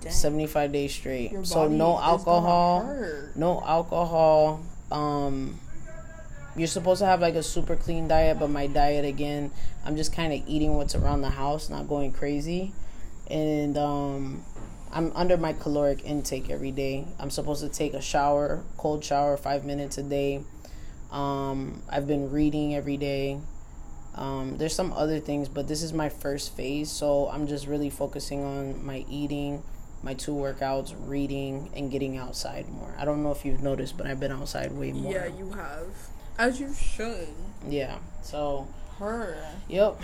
Speaker 2: Dang.
Speaker 1: seventy five days straight.
Speaker 2: Your
Speaker 1: So
Speaker 2: body
Speaker 1: no
Speaker 2: is gonna
Speaker 1: alcohol,
Speaker 2: hurt.
Speaker 1: no alcohol. Um, you're supposed to have like a super clean diet, but my diet again, I'm just kind of eating what's around the house, not going crazy, and um, I'm under my caloric intake every day. I'm supposed to take a shower, cold shower, five minutes a day. Um, I've been reading every day. Um, there's some other things, but this is my first phase, so I'm just really focusing on my eating, my two workouts, reading, and getting outside more. I don't know if you've noticed, but I've been outside way more.
Speaker 2: Yeah, you have. As you should.
Speaker 1: Yeah. So,
Speaker 2: Her.
Speaker 1: yep.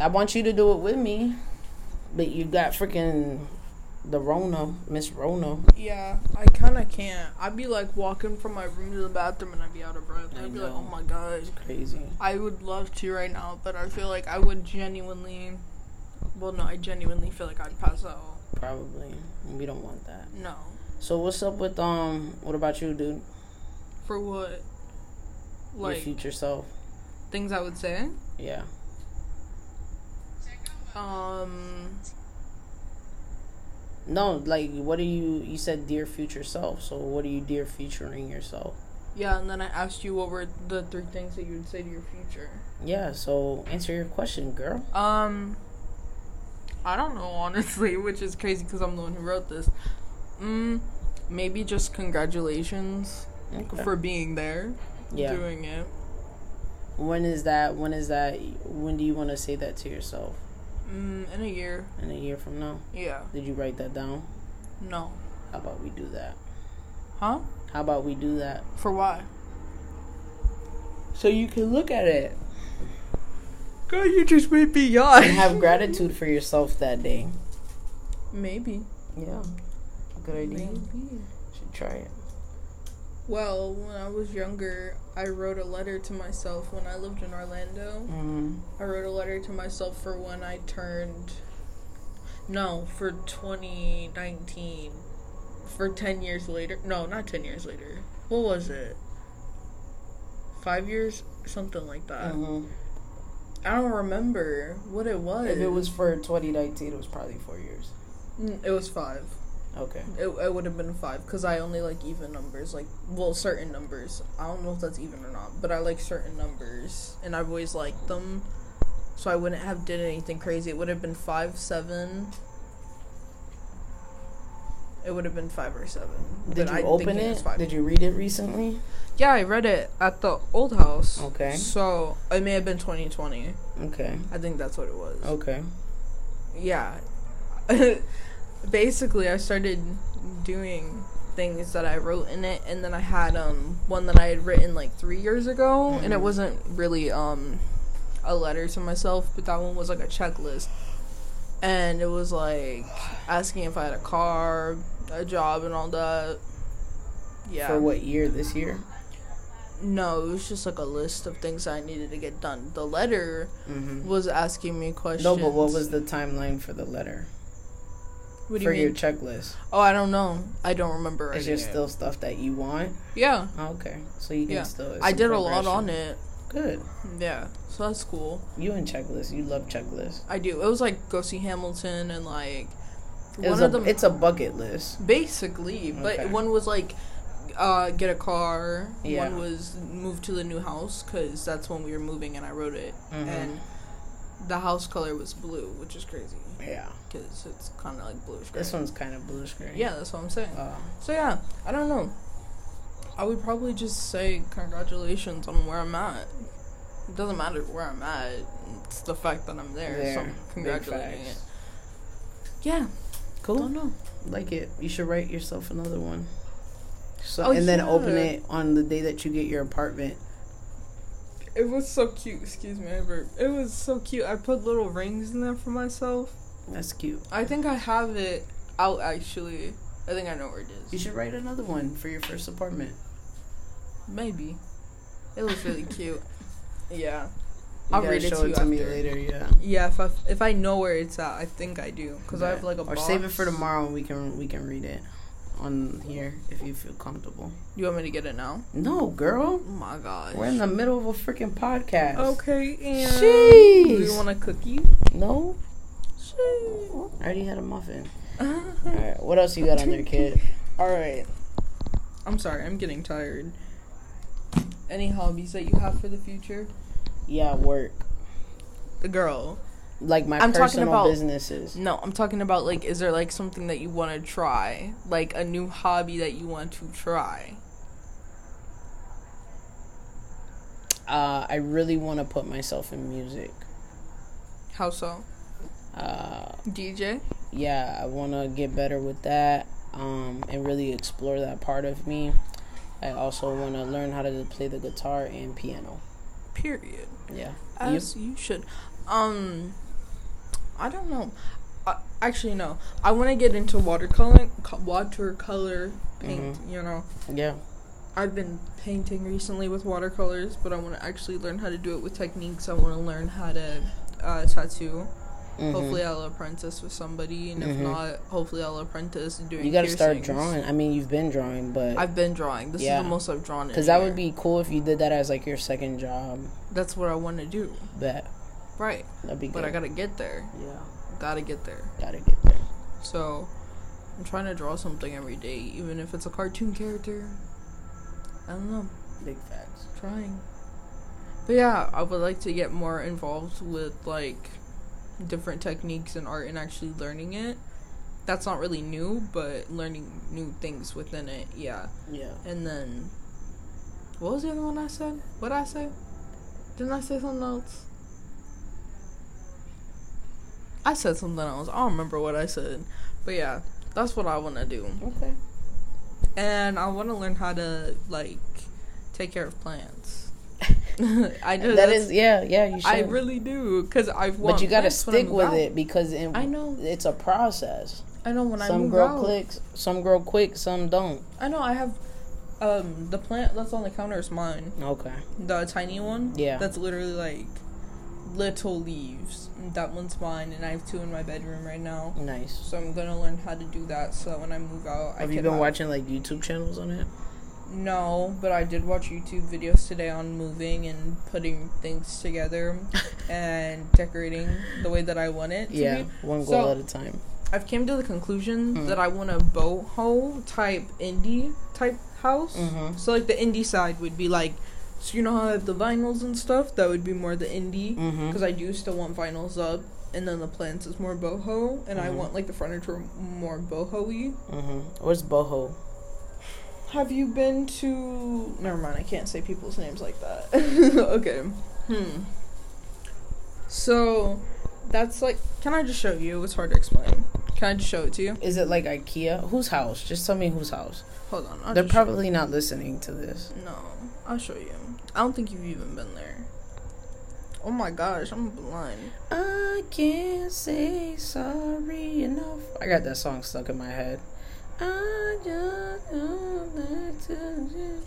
Speaker 1: I want you to do it with me, but you got freaking the Rona, Miss Rona.
Speaker 2: Yeah, I kind of can't. I'd be like walking from my room to the bathroom and I'd be out of breath.
Speaker 1: I
Speaker 2: I'd be like,
Speaker 1: know.
Speaker 2: oh my god.
Speaker 1: Crazy.
Speaker 2: I would love to right now, but I feel like I would genuinely. Well, no, I genuinely feel like I'd pass out.
Speaker 1: Probably. We don't want that.
Speaker 2: No.
Speaker 1: So what's up with um? What about you, dude?
Speaker 2: For what?
Speaker 1: Your
Speaker 2: Like,
Speaker 1: future self.
Speaker 2: things I would say?
Speaker 1: Yeah.
Speaker 2: Um.
Speaker 1: No, like what do you? You said dear future self. So what are you dear featuring yourself?
Speaker 2: Yeah, and then I asked you what were the three things that you would say to your future.
Speaker 1: Yeah. So answer your question, girl.
Speaker 2: Um, I don't know honestly, (laughs) which is crazy because I'm the one who wrote this. Mm, maybe just congratulations
Speaker 1: Okay.
Speaker 2: for being there,
Speaker 1: yeah.
Speaker 2: doing it.
Speaker 1: When is that? When is that? When do you want to say that to yourself?
Speaker 2: Mm, in a year,
Speaker 1: In a year from now?
Speaker 2: yeah,
Speaker 1: Did you write that down?
Speaker 2: no,
Speaker 1: How about we do that?
Speaker 2: huh?
Speaker 1: How about we do that?
Speaker 2: For why?
Speaker 1: So you can look at it
Speaker 2: God, you just made me yawn.
Speaker 1: and have gratitude for yourself that day.
Speaker 2: maybe,
Speaker 1: Yeah. Good idea.
Speaker 2: maybe.
Speaker 1: Should try it.
Speaker 2: Well, when I was younger, I wrote a letter to myself when I lived in Orlando.
Speaker 1: Mm-hmm.
Speaker 2: I wrote a letter to myself for when I turned. No, for 2019. For 10 years later. No, not 10 years later. What was it? Five years? Something like that.
Speaker 1: Um,
Speaker 2: I don't remember what it was.
Speaker 1: If it was for 2019, it was probably four years.
Speaker 2: Mm, It was five.
Speaker 1: Okay.
Speaker 2: It, it would have been five because I only like even numbers. Like, well, certain numbers. I don't know if that's even or not, but I like certain numbers. And I've always liked them. So I wouldn't have did anything crazy. It would have been five, seven. It would have been five or seven.
Speaker 1: Did
Speaker 2: but
Speaker 1: you
Speaker 2: I
Speaker 1: open
Speaker 2: think was
Speaker 1: it?
Speaker 2: five.
Speaker 1: Did you read it recently?
Speaker 2: yeah, I read it at the old house.
Speaker 1: Okay.
Speaker 2: So it may have been 2020.
Speaker 1: Okay.
Speaker 2: I think that's what it was.
Speaker 1: Okay.
Speaker 2: yeah (laughs) basically i started doing things that i wrote in it and then i had um one that i had written like three years ago and it
Speaker 1: Mhm.
Speaker 2: wasn't really um a letter to myself but that one was like a checklist and it was like asking if i had a car a job and all that yeah
Speaker 1: For what year? This year?
Speaker 2: no it was just like a list of things i needed to get done the letter
Speaker 1: Mm-hmm.
Speaker 2: was asking me questions
Speaker 1: No, but what was the timeline for the letter?
Speaker 2: What do
Speaker 1: for
Speaker 2: you mean?
Speaker 1: your checklist?
Speaker 2: Oh, I don't know. I don't remember.
Speaker 1: Is
Speaker 2: Writing
Speaker 1: there
Speaker 2: it.
Speaker 1: still stuff that you want?
Speaker 2: Yeah,
Speaker 1: Okay. So you can
Speaker 2: Yeah.
Speaker 1: still. it's
Speaker 2: I
Speaker 1: some
Speaker 2: did a lot
Speaker 1: progression.
Speaker 2: on it.
Speaker 1: Good.
Speaker 2: Yeah, so that's cool.
Speaker 1: You and checklists. You love checklists.
Speaker 2: I do. It was like go see Hamilton and like
Speaker 1: It was
Speaker 2: one
Speaker 1: a,
Speaker 2: of them.
Speaker 1: It's a bucket list.
Speaker 2: basically, but
Speaker 1: Okay.
Speaker 2: one was like uh, get a car.
Speaker 1: Yeah.
Speaker 2: One was move to the new house because that's when we were moving, and I wrote it.
Speaker 1: Mhm.
Speaker 2: And the house color was blue, which is crazy
Speaker 1: Yeah.
Speaker 2: because it's kind of like bluish gray.
Speaker 1: This one's kind of bluish green.
Speaker 2: Yeah, that's what I'm saying.
Speaker 1: Uh,
Speaker 2: So yeah, I don't know. I would probably just say congratulations on where I'm at. It doesn't matter where I'm at. It's the fact that I'm there.
Speaker 1: there.
Speaker 2: So
Speaker 1: Big
Speaker 2: I'm congratulating it.
Speaker 1: facts.
Speaker 2: Yeah.
Speaker 1: Cool.
Speaker 2: Don't know.
Speaker 1: like it. You should write yourself another one. So
Speaker 2: Oh,
Speaker 1: and then open
Speaker 2: yeah.
Speaker 1: it on the day that you get your apartment.
Speaker 2: It was so cute. Excuse me, I burped. It was so cute. I put little rings in there for myself.
Speaker 1: That's cute.
Speaker 2: I think I have it out actually. I think I know where it
Speaker 1: You
Speaker 2: is.
Speaker 1: should write another one for your first apartment.
Speaker 2: Maybe. It was
Speaker 1: (laughs)
Speaker 2: really cute. Yeah.
Speaker 1: You
Speaker 2: I'll
Speaker 1: gotta
Speaker 2: read it
Speaker 1: show
Speaker 2: to you
Speaker 1: me
Speaker 2: after.
Speaker 1: later. Yeah.
Speaker 2: Yeah, if I, if I know where it's at, I think I do because I have
Speaker 1: Yeah.
Speaker 2: like a
Speaker 1: or
Speaker 2: box.
Speaker 1: save it for tomorrow. and We can we can read it on here if you feel comfortable.
Speaker 2: You want me to get it now?
Speaker 1: No, girl.
Speaker 2: Oh my gosh.
Speaker 1: We're in the middle of a freaking podcast.
Speaker 2: Okay, and do you
Speaker 1: Jeez.
Speaker 2: want a cookie?
Speaker 1: No,
Speaker 2: Sheesh.
Speaker 1: I already had a muffin. All right. What else you got on there,
Speaker 2: (laughs)
Speaker 1: kid?
Speaker 2: All right. I'm sorry, I'm getting tired. Any hobbies that you have for the future?
Speaker 1: Yeah, work.
Speaker 2: The girl.
Speaker 1: Like my
Speaker 2: I'm talking
Speaker 1: personal
Speaker 2: about-
Speaker 1: businesses.
Speaker 2: No, I'm talking about like, is there like something that you want to try, like a new hobby that you want to try?
Speaker 1: Uh, I really want to put myself in music.
Speaker 2: How so?
Speaker 1: Uh,
Speaker 2: DJ.
Speaker 1: yeah, I want to get better with that um, and really explore that part of me. I also want to learn how to play the guitar and piano.
Speaker 2: Period.
Speaker 1: Yeah. You?
Speaker 2: As you should. Um, I don't know. uh, actually no. I want to get into watercolor, co- watercolor paint.
Speaker 1: Mm-hmm.
Speaker 2: You know,
Speaker 1: Yeah.
Speaker 2: I've been painting recently with watercolors, but I want to actually learn how to do it with techniques. I want to learn how to uh, tattoo.
Speaker 1: Mhm.
Speaker 2: Hopefully, I'll apprentice with somebody, and if
Speaker 1: Mhm.
Speaker 2: not, hopefully I'll apprentice doing.
Speaker 1: You got to start
Speaker 2: piercings.
Speaker 1: drawing. I mean, you've been drawing, but
Speaker 2: I've been drawing. This
Speaker 1: Yeah.
Speaker 2: is the most I've drawn. in
Speaker 1: because
Speaker 2: a
Speaker 1: that
Speaker 2: year.
Speaker 1: would be cool if you did that as like your second job.
Speaker 2: That's what I want to do.
Speaker 1: That
Speaker 2: Right,
Speaker 1: that'd be good.
Speaker 2: but I gotta get there.
Speaker 1: yeah,
Speaker 2: Gotta get there.
Speaker 1: gotta get there.
Speaker 2: So, I'm trying to draw something every day, even if it's a cartoon character. I don't know.
Speaker 1: Big facts.
Speaker 2: trying. But yeah, I would like to get more involved with like different techniques and art and actually learning it. That's not really new, but learning new things within it, yeah.
Speaker 1: Yeah.
Speaker 2: And then what was the other one I said? What I say? Didn't I say something else? I said something else. I don't remember what I said. But yeah, that's what I want to do.
Speaker 1: Okay.
Speaker 2: And I want to learn how to like take care of
Speaker 1: (laughs)
Speaker 2: plants. I know
Speaker 1: that
Speaker 2: that's-
Speaker 1: is yeah yeah you should.
Speaker 2: I really do because I've.
Speaker 1: but you gotta stick with it because it,
Speaker 2: I know.
Speaker 1: it's a process.
Speaker 2: I know when I
Speaker 1: some
Speaker 2: move
Speaker 1: grow
Speaker 2: out-
Speaker 1: clicks, some grow quick, some don't.
Speaker 2: I know I have. Um, the plant that's on the counter is mine.
Speaker 1: Okay.
Speaker 2: The tiny one.
Speaker 1: Yeah.
Speaker 2: That's literally like little leaves. That one's mine, and I have two in my bedroom right now.
Speaker 1: Nice.
Speaker 2: So I'm gonna learn how to do that. So that when I move out, I
Speaker 1: Have
Speaker 2: can
Speaker 1: you been
Speaker 2: have-
Speaker 1: watching like YouTube channels on it?
Speaker 2: No, but I did watch YouTube videos today on moving and putting
Speaker 1: (laughs)
Speaker 2: things together and decorating the way that I want it to
Speaker 1: Yeah,
Speaker 2: be.
Speaker 1: one
Speaker 2: So-
Speaker 1: goal at a time.
Speaker 2: I've came to the conclusion
Speaker 1: Mm.
Speaker 2: that I want a boho type indie type house.
Speaker 1: Mhm.
Speaker 2: So like the indie side would be like, so you know how I have the vinyls and stuff. That would be more the indie
Speaker 1: Mm-hmm.
Speaker 2: because I do still want vinyls up, and then the plants is more boho, and I
Speaker 1: Mhm.
Speaker 2: want like the furniture more boho-y.
Speaker 1: Mm-hmm. Where's boho?
Speaker 2: Have you been to? Never mind, I can't say people's names like that. (laughs) okay. Hmm. So, that's like. Can I just show you? It's hard to explain. Can I just show it to you?
Speaker 1: Is it like IKEA? Whose house? Just tell me whose house.
Speaker 2: Hold on. I'll
Speaker 1: They're
Speaker 2: just show
Speaker 1: probably not listening to this.
Speaker 2: you. No, I'll show you. I don't think you've even been there. Oh my gosh, I'm blind.
Speaker 1: I can't say sorry enough. I got that song stuck in my head. I just don't like to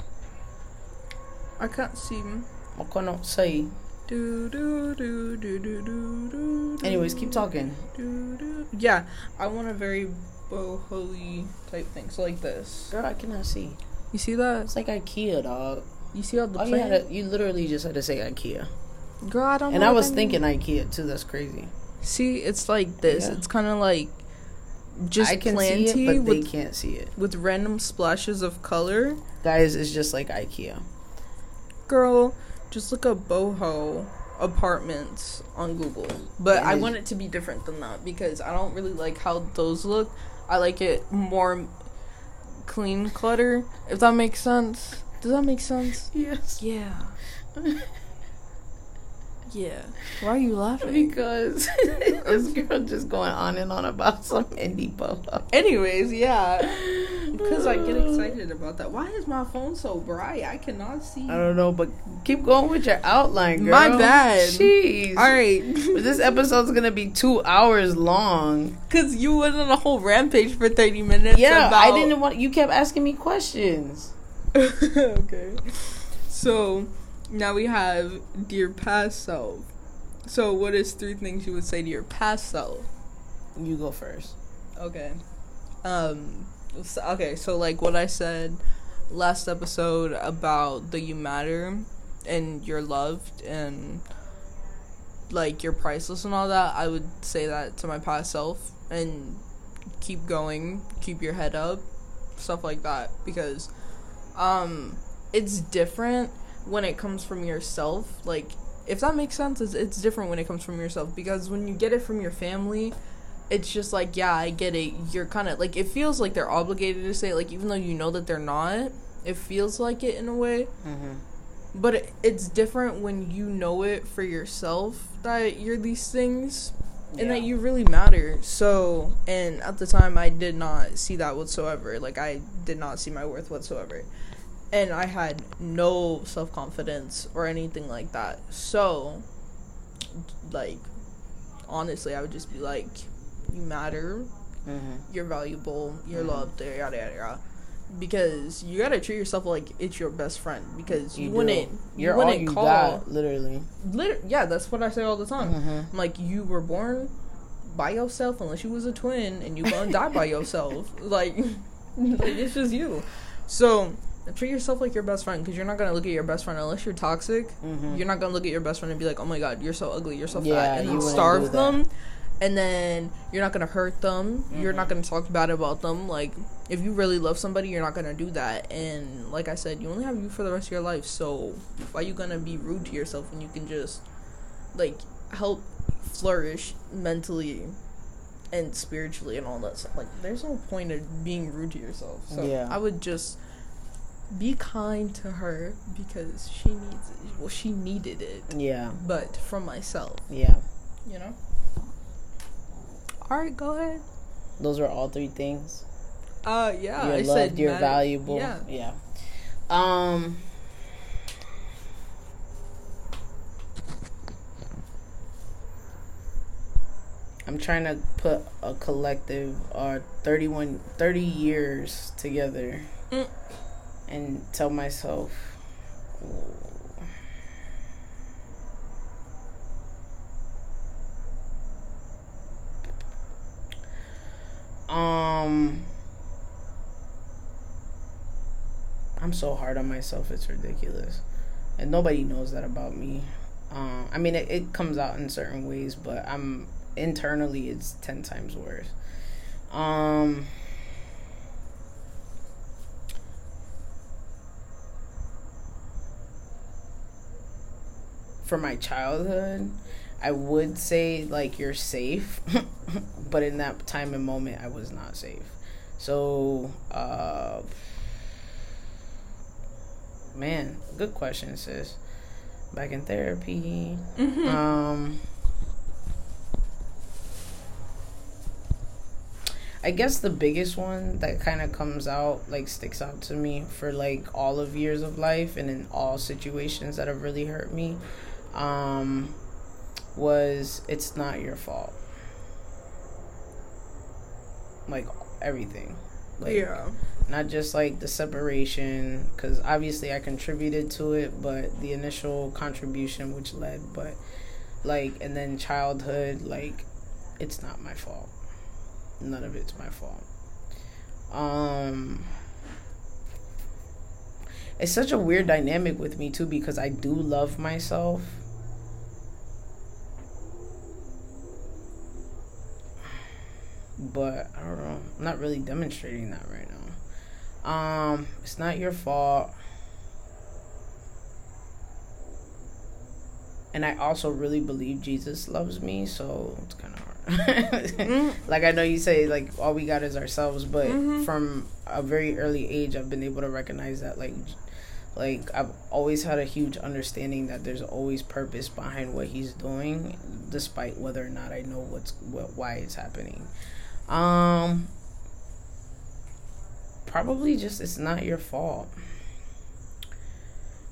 Speaker 2: I can't see.
Speaker 1: I cannot say.
Speaker 2: Do do do do do do do. do,
Speaker 1: Anyways, keep talking.
Speaker 2: do, do. Yeah, I want a very boho type thing. So like this.
Speaker 1: Girl, I cannot see.
Speaker 2: You see that?
Speaker 1: It's like IKEA, dog.
Speaker 2: You see all the
Speaker 1: All you,
Speaker 2: plant?
Speaker 1: had to, Oh, you literally just had to say IKEA.
Speaker 2: Girl, I don't.
Speaker 1: And
Speaker 2: know
Speaker 1: Oh, I
Speaker 2: what
Speaker 1: was
Speaker 2: that
Speaker 1: thinking
Speaker 2: means.
Speaker 1: IKEA too. That's crazy.
Speaker 2: See, it's like this.
Speaker 1: Yeah.
Speaker 2: It's kind of like just
Speaker 1: I can
Speaker 2: planty
Speaker 1: see it, but they
Speaker 2: with
Speaker 1: can't see it.
Speaker 2: with random splashes of color.
Speaker 1: Guys, it's just like IKEA.
Speaker 2: Girl, just look up boho apartments on Google. But
Speaker 1: That
Speaker 2: I
Speaker 1: is-
Speaker 2: want it to be different than that because I don't really like how those look. I like it more clean clutter. If that makes sense. Does that make sense?
Speaker 1: Yes. (laughs)
Speaker 2: Yeah. yeah. Why are you laughing?
Speaker 1: Because (laughs) this girl just going on and on about some indie boho.
Speaker 2: Anyways, yeah. Because I get excited about that. Why is my phone so bright? I cannot see.
Speaker 1: I don't know, but keep going with your outline, girl.
Speaker 2: My bad.
Speaker 1: Jeez.
Speaker 2: All right. (laughs)
Speaker 1: But this episode's gonna be two hours long.
Speaker 2: Because you went on a whole rampage for 30 minutes.
Speaker 1: yeah, I
Speaker 2: about...
Speaker 1: didn't want. You kept asking me questions.
Speaker 2: (laughs) okay. So now we have dear past self. So, what is three things you would say to your past self?
Speaker 1: You go first.
Speaker 2: Okay. Um. So, okay. So like what I said last episode about the you matter and you're loved and like you're priceless and all that. I would say that to my past self and keep going, keep your head up, stuff like that because um it's different when it comes from yourself. Like if that makes sense, it's, it's different when it comes from yourself because when you get it from your family, it's just like yeah i get it you're kind of like it feels like they're obligated to say it, like even though you know that they're not it feels like it in a way
Speaker 1: Mm-hmm.
Speaker 2: but it, it's different when you know it for yourself that you're these things and that
Speaker 1: Yeah.
Speaker 2: you really matter so and at the time i did not see that whatsoever like i did not see my worth whatsoever and i had no self-confidence or anything like that so like honestly i would just be like you matter,
Speaker 1: Mm-hmm.
Speaker 2: you're valuable, you're loved, yada yada yada. Because you gotta treat yourself like it's your best friend. Because you,
Speaker 1: do.
Speaker 2: wouldn't,
Speaker 1: You're
Speaker 2: you
Speaker 1: all
Speaker 2: wouldn't
Speaker 1: you
Speaker 2: call.
Speaker 1: got, literally.
Speaker 2: Liter- yeah, that's what I say all the time.
Speaker 1: Mhm.
Speaker 2: I'm like, you were born by yourself unless you was a twin, and you gonna die
Speaker 1: (laughs)
Speaker 2: by yourself. Like, like it's just you. So treat yourself like your best friend because you're not gonna look at your best friend unless you're toxic.
Speaker 1: Mm-hmm.
Speaker 2: You're not gonna look at your best friend and be like, oh my god, you're so ugly, you're so
Speaker 1: Yeah,
Speaker 2: fat, and
Speaker 1: you
Speaker 2: then
Speaker 1: wouldn't do
Speaker 2: starve
Speaker 1: that.
Speaker 2: them. And then you're not gonna hurt them. You're
Speaker 1: Mm-hmm.
Speaker 2: not gonna talk bad about them. Like if you really love somebody, you're not gonna do that. And like I said, you only have you for the rest of your life. So why you gonna be rude to yourself when you can just like help flourish mentally and spiritually and all that stuff. Like there's no point of being rude to yourself. So
Speaker 1: Yeah.
Speaker 2: I would just be kind to her because she needs it. Well, she needed it,
Speaker 1: Yeah.
Speaker 2: but from myself,
Speaker 1: Yeah.
Speaker 2: you know. All right, go ahead.
Speaker 1: Those are all three things.
Speaker 2: Uh, yeah,
Speaker 1: You're
Speaker 2: I
Speaker 1: loved,
Speaker 2: said
Speaker 1: you're
Speaker 2: matter-
Speaker 1: valuable.
Speaker 2: Yeah,
Speaker 1: yeah. Um I'm trying to put a collective uh 31 30 years together
Speaker 2: Mm.
Speaker 1: and tell myself um I'm so hard on myself it's ridiculous. And nobody knows that about me. Um I mean it, it comes out in certain ways, but I'm internally it's 10 times worse. Um for my childhood, I would say like you're safe, (laughs) but in that time and moment, I was not safe. So, uh, man, good question, sis. Back in therapy. Um, I guess the biggest one that kind of comes out, like, sticks out to me for like all of years of life and in all situations that have really hurt me um, was it's not your fault. Like everything. Like,
Speaker 2: yeah.
Speaker 1: Not just like the separation, because obviously I contributed to it, but the initial contribution which led, but like, and then childhood, like, it's not my fault. None of it's my fault. Um, it's such a weird dynamic with me too because I do love myself. But I don't know. I'm not really demonstrating that right now. Um, it's not your fault. And I also really believe Jesus loves me, so it's kind of hard.
Speaker 2: Mm,
Speaker 1: (laughs) like I know you say like all we got is ourselves, but
Speaker 2: Mhm.
Speaker 1: from a very early age, I've been able to recognize that like j- like I've always had a huge understanding that there's always purpose behind what he's doing, despite whether or not I know what's what why it's happening. Um, probably just it's not your fault,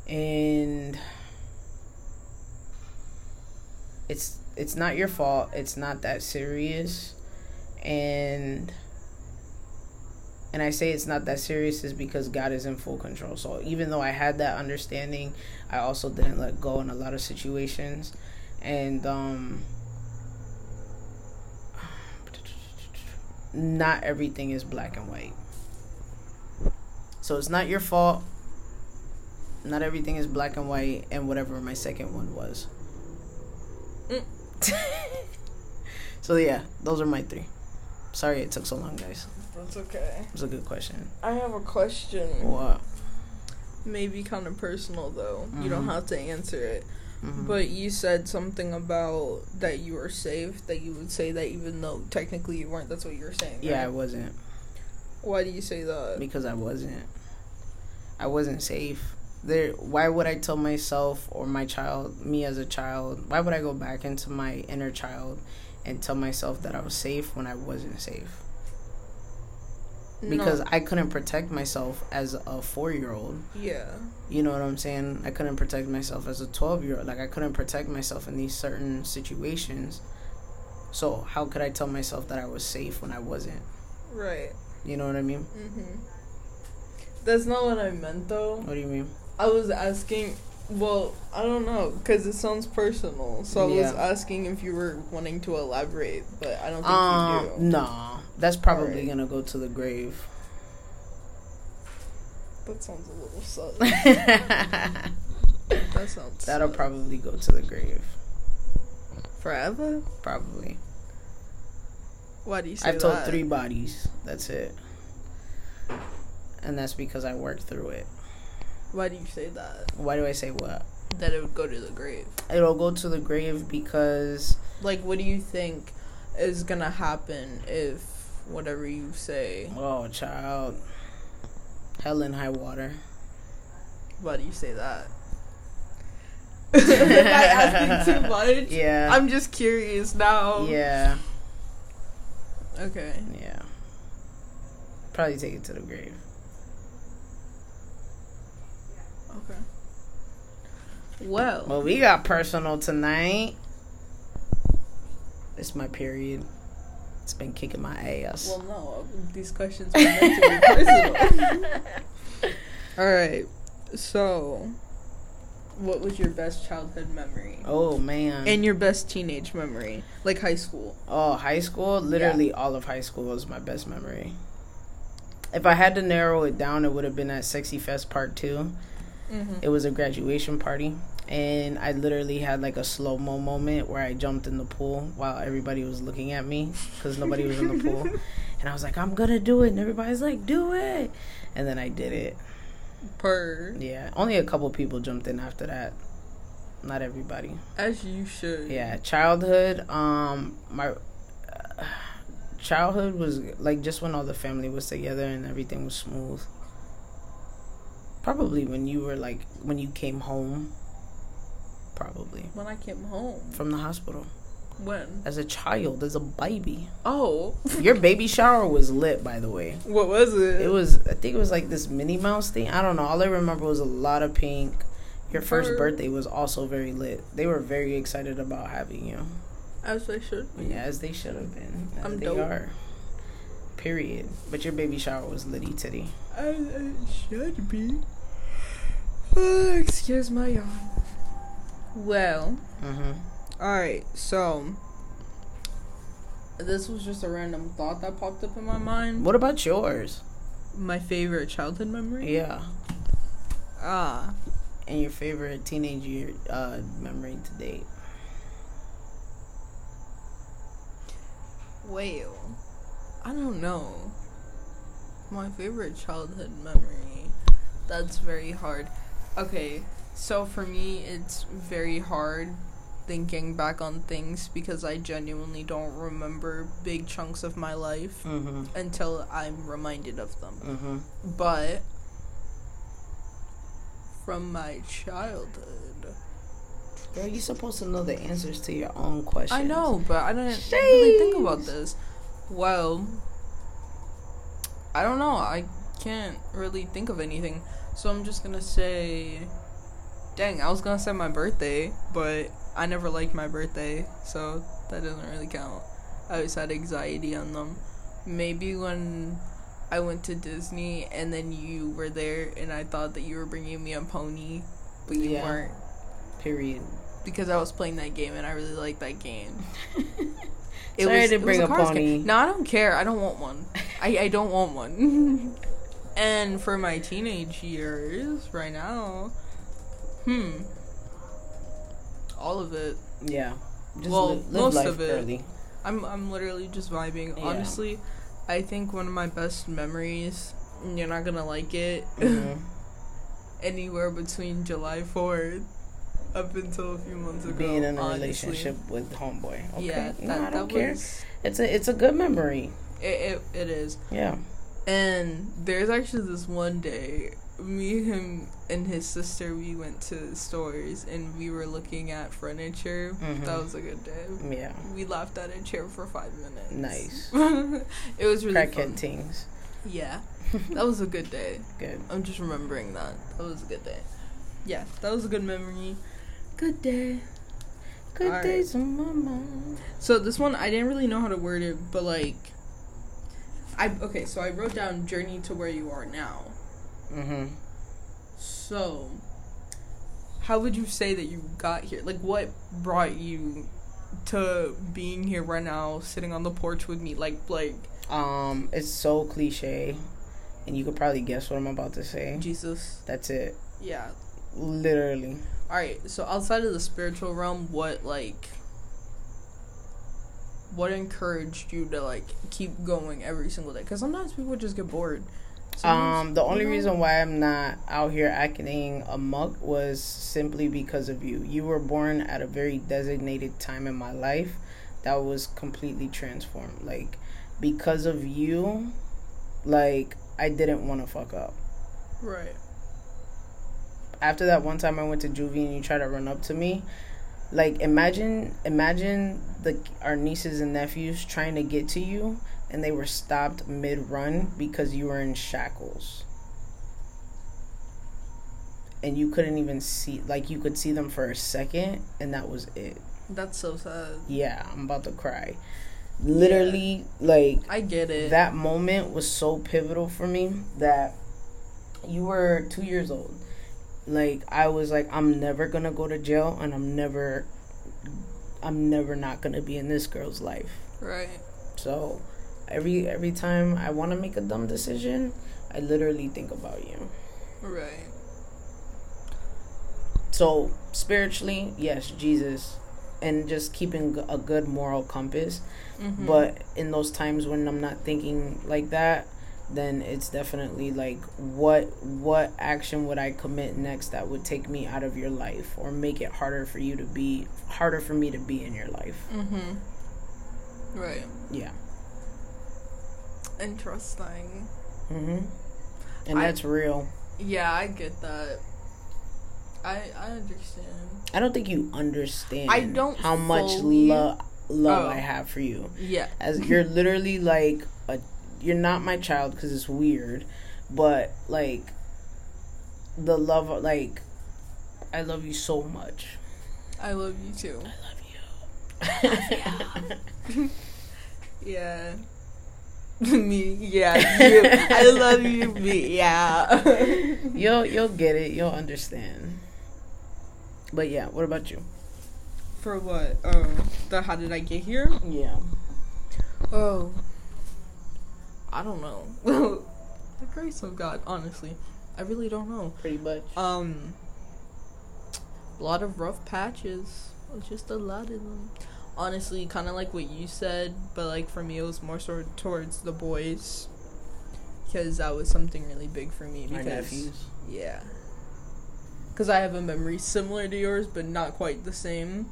Speaker 1: and it's it's not your fault. It's not that serious, and and I say it's not that serious is because God is in full control. So even though I had that understanding, I also didn't let go in a lot of situations, and um, not everything is black and white. So it's not your fault. Not everything is black and white, and whatever my second one was.
Speaker 2: Mm.
Speaker 1: (laughs) so yeah, those are my three. Sorry it took so long, guys.
Speaker 2: that's okay.
Speaker 1: It was a good question.
Speaker 2: I have a question.
Speaker 1: What?
Speaker 2: Maybe kind of personal though. You don't
Speaker 1: Mhm.
Speaker 2: have to answer it.
Speaker 1: Mhm.
Speaker 2: But you said something about that you were safe, that you would say that even though technically you weren't, that's what you were saying.
Speaker 1: yeah, I
Speaker 2: right?
Speaker 1: wasn't
Speaker 2: Why do you say that?
Speaker 1: because I wasn't. I wasn't safe. There. Why would I tell myself or my child, me as a child, why would I go back into my inner child and tell myself that I was safe when I wasn't safe? Because
Speaker 2: No.
Speaker 1: I couldn't protect myself as a four year old.
Speaker 2: Yeah.
Speaker 1: You know what I'm saying? I couldn't protect myself as a 12 year old. Like, I couldn't protect myself in these certain situations. So how could I tell myself that I was safe when I wasn't?
Speaker 2: Right.
Speaker 1: You know what I mean?
Speaker 2: Mm-hmm. That's not what I meant though.
Speaker 1: What do you mean?
Speaker 2: I was asking. Well, I don't know because it sounds personal. So I was
Speaker 1: Yeah.
Speaker 2: asking if you were wanting to elaborate, but I don't think you do.
Speaker 1: Um, no, that's probably
Speaker 2: Alright.
Speaker 1: gonna go to the grave.
Speaker 2: (laughs) That sounds a little sus.
Speaker 1: (laughs) That'll
Speaker 2: that sounds. sus.
Speaker 1: probably go to the grave.
Speaker 2: forever.
Speaker 1: Probably.
Speaker 2: Why do you say
Speaker 1: I've told
Speaker 2: that?
Speaker 1: three bodies. That's it. And that's because I worked through it.
Speaker 2: Why do you say that?
Speaker 1: Why do I say what?
Speaker 2: That it would go to the grave.
Speaker 1: It'll go to the grave because
Speaker 2: Like, what do you think is gonna happen if whatever you say?
Speaker 1: oh child, hell and high water.
Speaker 2: Why do you
Speaker 1: (laughs)
Speaker 2: say that? Am I asking too much?
Speaker 1: Yeah.
Speaker 2: I'm just curious now.
Speaker 1: yeah.
Speaker 2: Okay.
Speaker 1: Yeah. Probably take it to the grave.
Speaker 2: Okay. Well,
Speaker 1: Well, we got personal tonight. It's my period. It's been kicking my ass.
Speaker 2: well, no. These questions were meant to be personal.
Speaker 1: (laughs)
Speaker 2: All right. So, what was your best childhood memory?
Speaker 1: oh man.
Speaker 2: And your best teenage memory, like high school.
Speaker 1: Oh, high school? Literally all of high school was my best memory. If I had to narrow it down, it would have been at Sexy Fest Part 2.
Speaker 2: Mm-hmm.
Speaker 1: It was a graduation party. And I literally had like a slow mo moment where I jumped in the pool while everybody was looking at me because nobody was in the
Speaker 2: (laughs)
Speaker 1: pool. And I was like, I'm going to do it. And everybody's like, do it. And then I did it.
Speaker 2: Per
Speaker 1: Yeah. Only a couple people jumped in after that. Not everybody.
Speaker 2: as you should.
Speaker 1: Yeah, childhood. Um, my uh, childhood was like just when all the family was together and everything was smooth. Probably when you were like when you came home. Probably
Speaker 2: When I came home.
Speaker 1: from the hospital
Speaker 2: When?
Speaker 1: as a child, as a baby.
Speaker 2: (laughs) Oh,
Speaker 1: Your baby shower was lit, by the way.
Speaker 2: what was it?
Speaker 1: It was I think it was like this Minnie Mouse thing. I don't know. All I remember was a lot of pink. Your first
Speaker 2: Word.
Speaker 1: birthday was also very lit. They were very excited about having you.
Speaker 2: as I should.
Speaker 1: Yeah, as they should have been. As
Speaker 2: I'm
Speaker 1: they
Speaker 2: dope.
Speaker 1: are. Period. But your baby shower was litty titty.
Speaker 2: As it should be. Ah, excuse my yawn. Well,
Speaker 1: Mm-hmm.
Speaker 2: alright, so. This was just a random thought that popped up in my mind.
Speaker 1: What about yours?
Speaker 2: My favorite childhood memory?
Speaker 1: Yeah.
Speaker 2: Ah.
Speaker 1: And your favorite teenage year uh, memory to date.
Speaker 2: Well, I don't know. My favorite childhood memory. That's very hard. Okay, so for me, it's very hard thinking back on things because I genuinely don't remember big chunks of my life
Speaker 1: Mm-hmm.
Speaker 2: until I'm reminded of them.
Speaker 1: Mm-hmm.
Speaker 2: But from my childhood,
Speaker 1: Girl, you're supposed to know the answers to your own questions.
Speaker 2: I know, but I didn't really think about
Speaker 1: Shames.
Speaker 2: this. Well, I don't know. I can't really think of anything. So I'm just gonna say, dang, I was gonna say my birthday, but I never liked my birthday, so that doesn't really count. I always had anxiety on them. Maybe when I went to Disney and then you were there, and I thought that you were bringing me a pony, but you
Speaker 1: Yeah.
Speaker 2: weren't (laughs)
Speaker 1: Period.
Speaker 2: because I was playing that game and I really liked that game.
Speaker 1: Sorry to bring
Speaker 2: a
Speaker 1: up
Speaker 2: Cars game.
Speaker 1: Bonnie.
Speaker 2: No, I don't care. I don't want one. I, I don't want one. (laughs) and for my teenage years, right now, hmm, all of it.
Speaker 1: Yeah. Just
Speaker 2: Well,
Speaker 1: li- live
Speaker 2: most
Speaker 1: life
Speaker 2: of it.
Speaker 1: early.
Speaker 2: I'm I'm literally just vibing.
Speaker 1: Yeah.
Speaker 2: Honestly, I think one of my best memories. and You're not gonna like it.
Speaker 1: Mm-hmm.
Speaker 2: (laughs) anywhere between July 4th up until a few months ago.
Speaker 1: Being in a
Speaker 2: honestly.
Speaker 1: relationship with homeboy. Okay.
Speaker 2: Yeah,
Speaker 1: no,
Speaker 2: that,
Speaker 1: I don't
Speaker 2: that
Speaker 1: care.
Speaker 2: was
Speaker 1: It's a it's a good memory.
Speaker 2: it, it. It is.
Speaker 1: Yeah.
Speaker 2: And there's actually this one day, me, him, and his sister, we went to stores and we were looking at furniture.
Speaker 1: Mhm.
Speaker 2: That was a good day.
Speaker 1: Yeah.
Speaker 2: We laughed at a chair for five minutes.
Speaker 1: Nice.
Speaker 2: (laughs) it was really fun.
Speaker 1: Crackhead things.
Speaker 2: Yeah, that was a good day.
Speaker 1: Good.
Speaker 2: I'm just remembering that. That was a good day. Yeah, that was a good memory. Good day. Good
Speaker 1: All right.
Speaker 2: days on my mind. So this one I didn't really know how to word it, but like I okay, so I wrote down journey to where you are now.
Speaker 1: Mm-hmm.
Speaker 2: So how would you say that you got here? Like what brought you to being here right now, sitting on the porch with me, like like
Speaker 1: Um, it's so cliche, and you could probably guess what I'm about to say.
Speaker 2: Jesus.
Speaker 1: That's it,
Speaker 2: Yeah.
Speaker 1: literally.
Speaker 2: Alright, so outside of the spiritual realm, what like what encouraged you to like keep going every single day? Because sometimes people just get bored.
Speaker 1: Um,
Speaker 2: Sometimes,
Speaker 1: the
Speaker 2: you
Speaker 1: only
Speaker 2: know,
Speaker 1: reason why I'm not out here acting amok was simply because of you. You were born at a very designated time in my life that was completely transformed. Like, because of you, like, I didn't want to fuck up.
Speaker 2: right?
Speaker 1: after that one time I went to juvie and you tried to run up to me, like imagine imagine the our nieces and nephews trying to get to you and they were stopped mid run because you were in shackles. And you couldn't even see like you could see them for a second and that was it.
Speaker 2: That's so sad.
Speaker 1: Yeah, I'm about to cry. Literally like
Speaker 2: I get it.
Speaker 1: that moment was so pivotal for me that you were two years old. Like I was like, I'm never gonna go to jail, and I'm never, I'm never not gonna be in this girl's life.
Speaker 2: right.
Speaker 1: So every every time I want to make a dumb decision, I literally think about you.
Speaker 2: Right.
Speaker 1: So spiritually, yes, Jesus, and just keeping a good moral compass.
Speaker 2: Mhm.
Speaker 1: but in those times when i'm not thinking like that then it's definitely like what what action would i commit next that would take me out of your life or make it harder for you to be harder for me to be in your life
Speaker 2: Mhm. Mm-hmm. Right.
Speaker 1: yeah
Speaker 2: Interesting.
Speaker 1: hmm and
Speaker 2: Mm-hmm. I-
Speaker 1: that's real
Speaker 2: Yeah, I get that. I I understand.
Speaker 1: i don't think you understand
Speaker 2: I don't
Speaker 1: how much
Speaker 2: fully-
Speaker 1: love love
Speaker 2: Oh.
Speaker 1: i have for you
Speaker 2: Yeah.
Speaker 1: as you're literally like a you're not my child because it's weird but like the love like i love you so much
Speaker 2: I love you too.
Speaker 1: i love you
Speaker 2: Yeah. (laughs) me. Yeah. You. I love you. Me. Yeah.
Speaker 1: (laughs)
Speaker 2: (laughs)
Speaker 1: you'll you'll get it you'll understand but yeah what about you
Speaker 2: For what? Oh, the how did I get here?
Speaker 1: yeah
Speaker 2: Oh, I don't know. (laughs) the grace of God, honestly, I really don't know.
Speaker 1: pretty much
Speaker 2: Um, a lot of rough patches, just a lot of them. Honestly, kind of like what you said, but like for me, it was more sort of towards the boys, because that was something really big for me.
Speaker 1: my
Speaker 2: Because
Speaker 1: nephews
Speaker 2: yeah. Because I have a memory similar to yours, but not quite the same.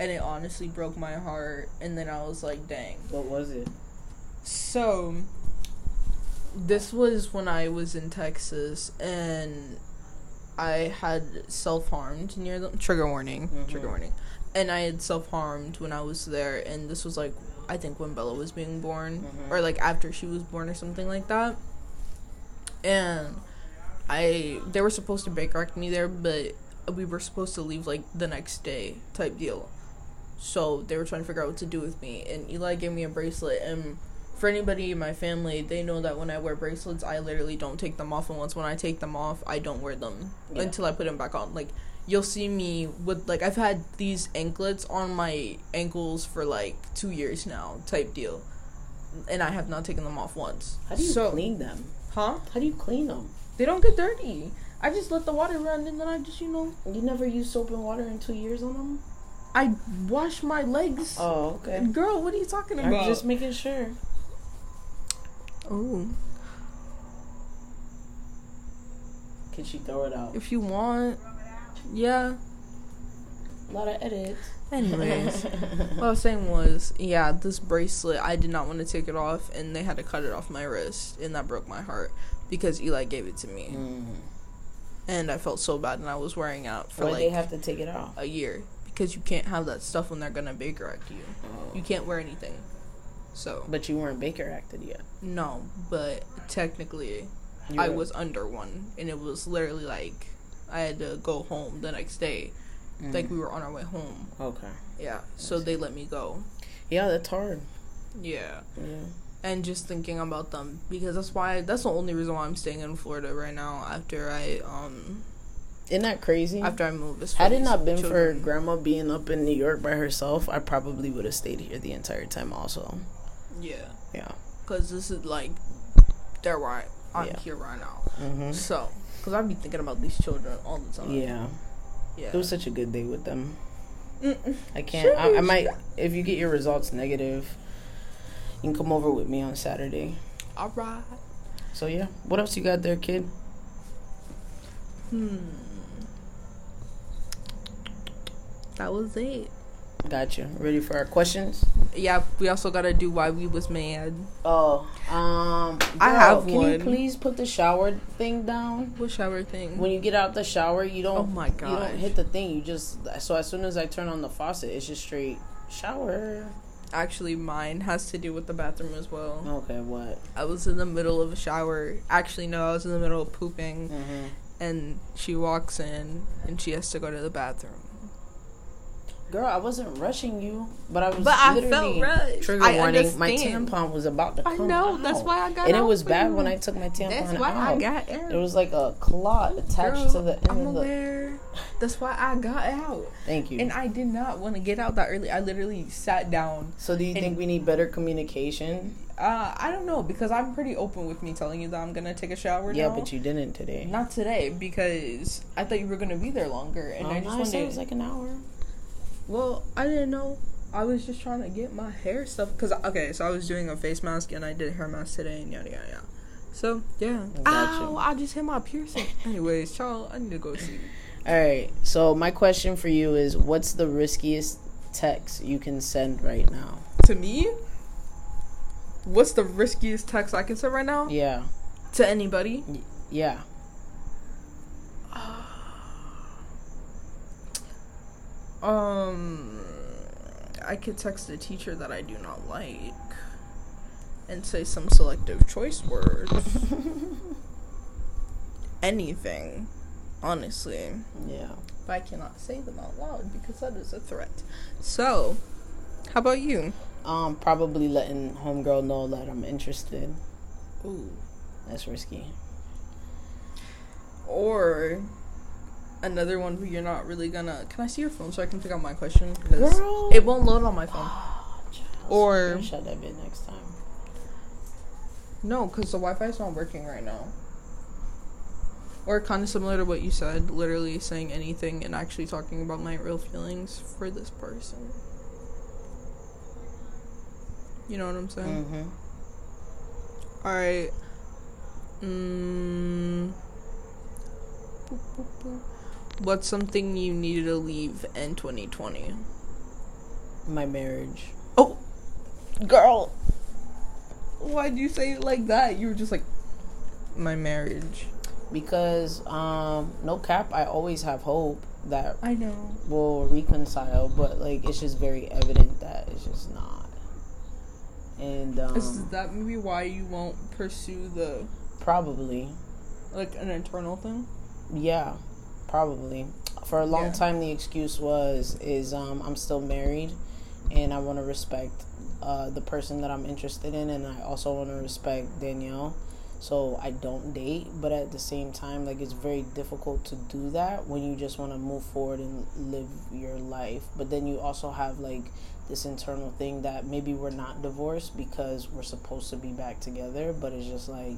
Speaker 2: And it honestly broke my heart. And then I was like, dang.
Speaker 1: what was it
Speaker 2: So, this was when I was in Texas and I had self harmed near the trigger warning, trigger
Speaker 1: Mhm.
Speaker 2: warning. And I had self harmed when I was there. And this was like, I think when Bella was being born,
Speaker 1: Mhm.
Speaker 2: or like after she was born, or something like that. And I, they were supposed to bake wreck me there, but we were supposed to leave like the next day type deal. So they were trying to figure out what to do with me. And Eli gave me a bracelet. And for anybody in my family, they know that when I wear bracelets, I literally don't take them off. And once when I take them off, I don't wear them
Speaker 1: Yeah.
Speaker 2: until I put them back on. Like, you'll see me with, like, I've had these anklets on my ankles for like two years now type deal. And I have not taken them off once.
Speaker 1: how do you
Speaker 2: so,
Speaker 1: clean them
Speaker 2: Huh?
Speaker 1: how do you clean them
Speaker 2: They don't get dirty. I just let the water run and then I just, you know,
Speaker 1: you never used soap and water in two years on them
Speaker 2: I wash my legs.
Speaker 1: oh okay
Speaker 2: Girl, what are you talking
Speaker 1: i'm
Speaker 2: about?
Speaker 1: just making sure
Speaker 2: oh,
Speaker 1: can she throw it out
Speaker 2: if you want, yeah.
Speaker 1: a lot of edits
Speaker 2: (laughs) Anyways, what I was saying was, yeah, this bracelet, I did not want to take it off, and they had to cut it off my wrist, and that broke my heart because Eli gave it to me,
Speaker 1: Mm.
Speaker 2: and I felt so bad, and I was wearing out for
Speaker 1: Why
Speaker 2: like
Speaker 1: they have to take it off?
Speaker 2: a year because you can't have that stuff when they're gonna bake wreck you. You can't wear anything. So
Speaker 1: But you weren't Baker acted yet.
Speaker 2: no, but technically,
Speaker 1: You
Speaker 2: I
Speaker 1: were-
Speaker 2: was under one, and it was literally like I had to go home the next day
Speaker 1: Mm.
Speaker 2: Like we were on our way home.
Speaker 1: Okay.
Speaker 2: Yeah. So they let me go.
Speaker 1: Yeah, that's hard.
Speaker 2: Yeah.
Speaker 1: Yeah.
Speaker 2: And just thinking about them because that's why that's the only reason why I'm staying in Florida right now after I um
Speaker 1: Isn't that crazy?
Speaker 2: after I moved. is for
Speaker 1: Had it
Speaker 2: these
Speaker 1: not been for
Speaker 2: children.
Speaker 1: grandma being up in New York by herself, I probably would have stayed here the entire time also.
Speaker 2: yeah,
Speaker 1: Yeah.
Speaker 2: because this is like they're right. I'm
Speaker 1: Yeah.
Speaker 2: here right now.
Speaker 1: hmm
Speaker 2: So because I've been thinking about these children all the time.
Speaker 1: Yeah.
Speaker 2: Yeah.
Speaker 1: It was such a good day with them.
Speaker 2: Mm-mm.
Speaker 1: I can't. I, I might. If you get your results negative, you can come over with me on Saturday.
Speaker 2: All right.
Speaker 1: So yeah. What else you got there, kid?
Speaker 2: Hmm. That was it.
Speaker 1: Gotcha. Ready for our questions?
Speaker 2: Yeah, we also gotta do why we was mad.
Speaker 1: Oh, um,
Speaker 2: I
Speaker 1: girl,
Speaker 2: have
Speaker 1: can
Speaker 2: one.
Speaker 1: you please put the shower thing down?
Speaker 2: What shower thing?
Speaker 1: When you get out the shower, you don't.
Speaker 2: oh my
Speaker 1: You don't
Speaker 2: god!
Speaker 1: hit the thing. You just so as soon as I turn on the faucet, it's just straight shower.
Speaker 2: Actually, mine has to do with the bathroom as well.
Speaker 1: Okay, what?
Speaker 2: I was in the middle of a shower. Actually, no, I was in the middle of pooping,
Speaker 1: Mm-hmm.
Speaker 2: and she walks in, and she has to go to the bathroom.
Speaker 1: Girl, I wasn't rushing you, but I was.
Speaker 2: But I
Speaker 1: literally-
Speaker 2: felt rushed.
Speaker 1: Trigger
Speaker 2: I
Speaker 1: warning:
Speaker 2: understand.
Speaker 1: my tampon was about to
Speaker 2: I
Speaker 1: come
Speaker 2: know. That's
Speaker 1: out.
Speaker 2: why I got.
Speaker 1: and it
Speaker 2: out
Speaker 1: was
Speaker 2: for
Speaker 1: bad
Speaker 2: you.
Speaker 1: when I took my tampon
Speaker 2: That's why
Speaker 1: out.
Speaker 2: I got out.
Speaker 1: There was like a clot attached
Speaker 2: Girl,
Speaker 1: to the end
Speaker 2: I'm
Speaker 1: of the.
Speaker 2: aware. That's why I got out.
Speaker 1: Thank you.
Speaker 2: And I did not want to get out that early. I literally sat down.
Speaker 1: so, do you
Speaker 2: and-
Speaker 1: think we need better communication?
Speaker 2: Uh, I don't know because I'm pretty open with me telling you that I'm gonna take a shower.
Speaker 1: Yeah,
Speaker 2: now.
Speaker 1: but you didn't today.
Speaker 2: not today because I thought you were gonna be there longer, and
Speaker 1: Um,
Speaker 2: I just
Speaker 1: I said it
Speaker 2: wanted.
Speaker 1: was like an hour.
Speaker 2: well, I didn't know. I was just trying to get my hair stuff because okay, so I was doing a face mask and I did a hair mask today, and yada yada yada. So yeah.
Speaker 1: Oh, Gotcha.
Speaker 2: Ow! I just hit my piercing. Anyways, child, I need to go see.
Speaker 1: All right. So, my question for you is: What's the riskiest text you can send right now?
Speaker 2: to me, what's the riskiest text I can send right now
Speaker 1: Yeah.
Speaker 2: to anybody?
Speaker 1: Yeah.
Speaker 2: Um, I could text a teacher that I do not like and say some selective
Speaker 1: (laughs)
Speaker 2: choice words. Anything, honestly.
Speaker 1: Yeah.
Speaker 2: But I cannot say them out loud because that is a threat. So, how about you?
Speaker 1: Um, probably letting homegirl know that I'm interested.
Speaker 2: Ooh.
Speaker 1: That's risky.
Speaker 2: Or another one where you're not really gonna. Can I see your phone so I can pick out my question? 'Cause
Speaker 1: Girl.
Speaker 2: it won't load on my phone. Or-
Speaker 1: shut that bit next time.
Speaker 2: No, because the Wi-Fi is not working right now. Or kind of similar to what you said, literally saying anything and actually talking about my real feelings for this person. You know what I'm saying?
Speaker 1: Mm-hmm.
Speaker 2: All right. Mm. Boop, boop, boop. What's something you needed to leave in 2020?
Speaker 1: My marriage.
Speaker 2: Oh,
Speaker 1: Girl.
Speaker 2: why'd you say it like that? You were just like, my marriage.
Speaker 1: because um no cap i always have hope that
Speaker 2: I know.
Speaker 1: will reconcile but like it's just very evident that it's just not and
Speaker 2: Is
Speaker 1: um
Speaker 2: that maybe why you won't pursue the
Speaker 1: probably
Speaker 2: like an internal thing?
Speaker 1: yeah probably for a long
Speaker 2: Yeah.
Speaker 1: time the excuse was is um i'm still married and i want to respect uh the person that i'm interested in and i also want to respect danielle so i don't date but at the same time like it's very difficult to do that when you just want to move forward and live your life but then you also have like this internal thing that maybe we're not divorced because we're supposed to be back together but it's just like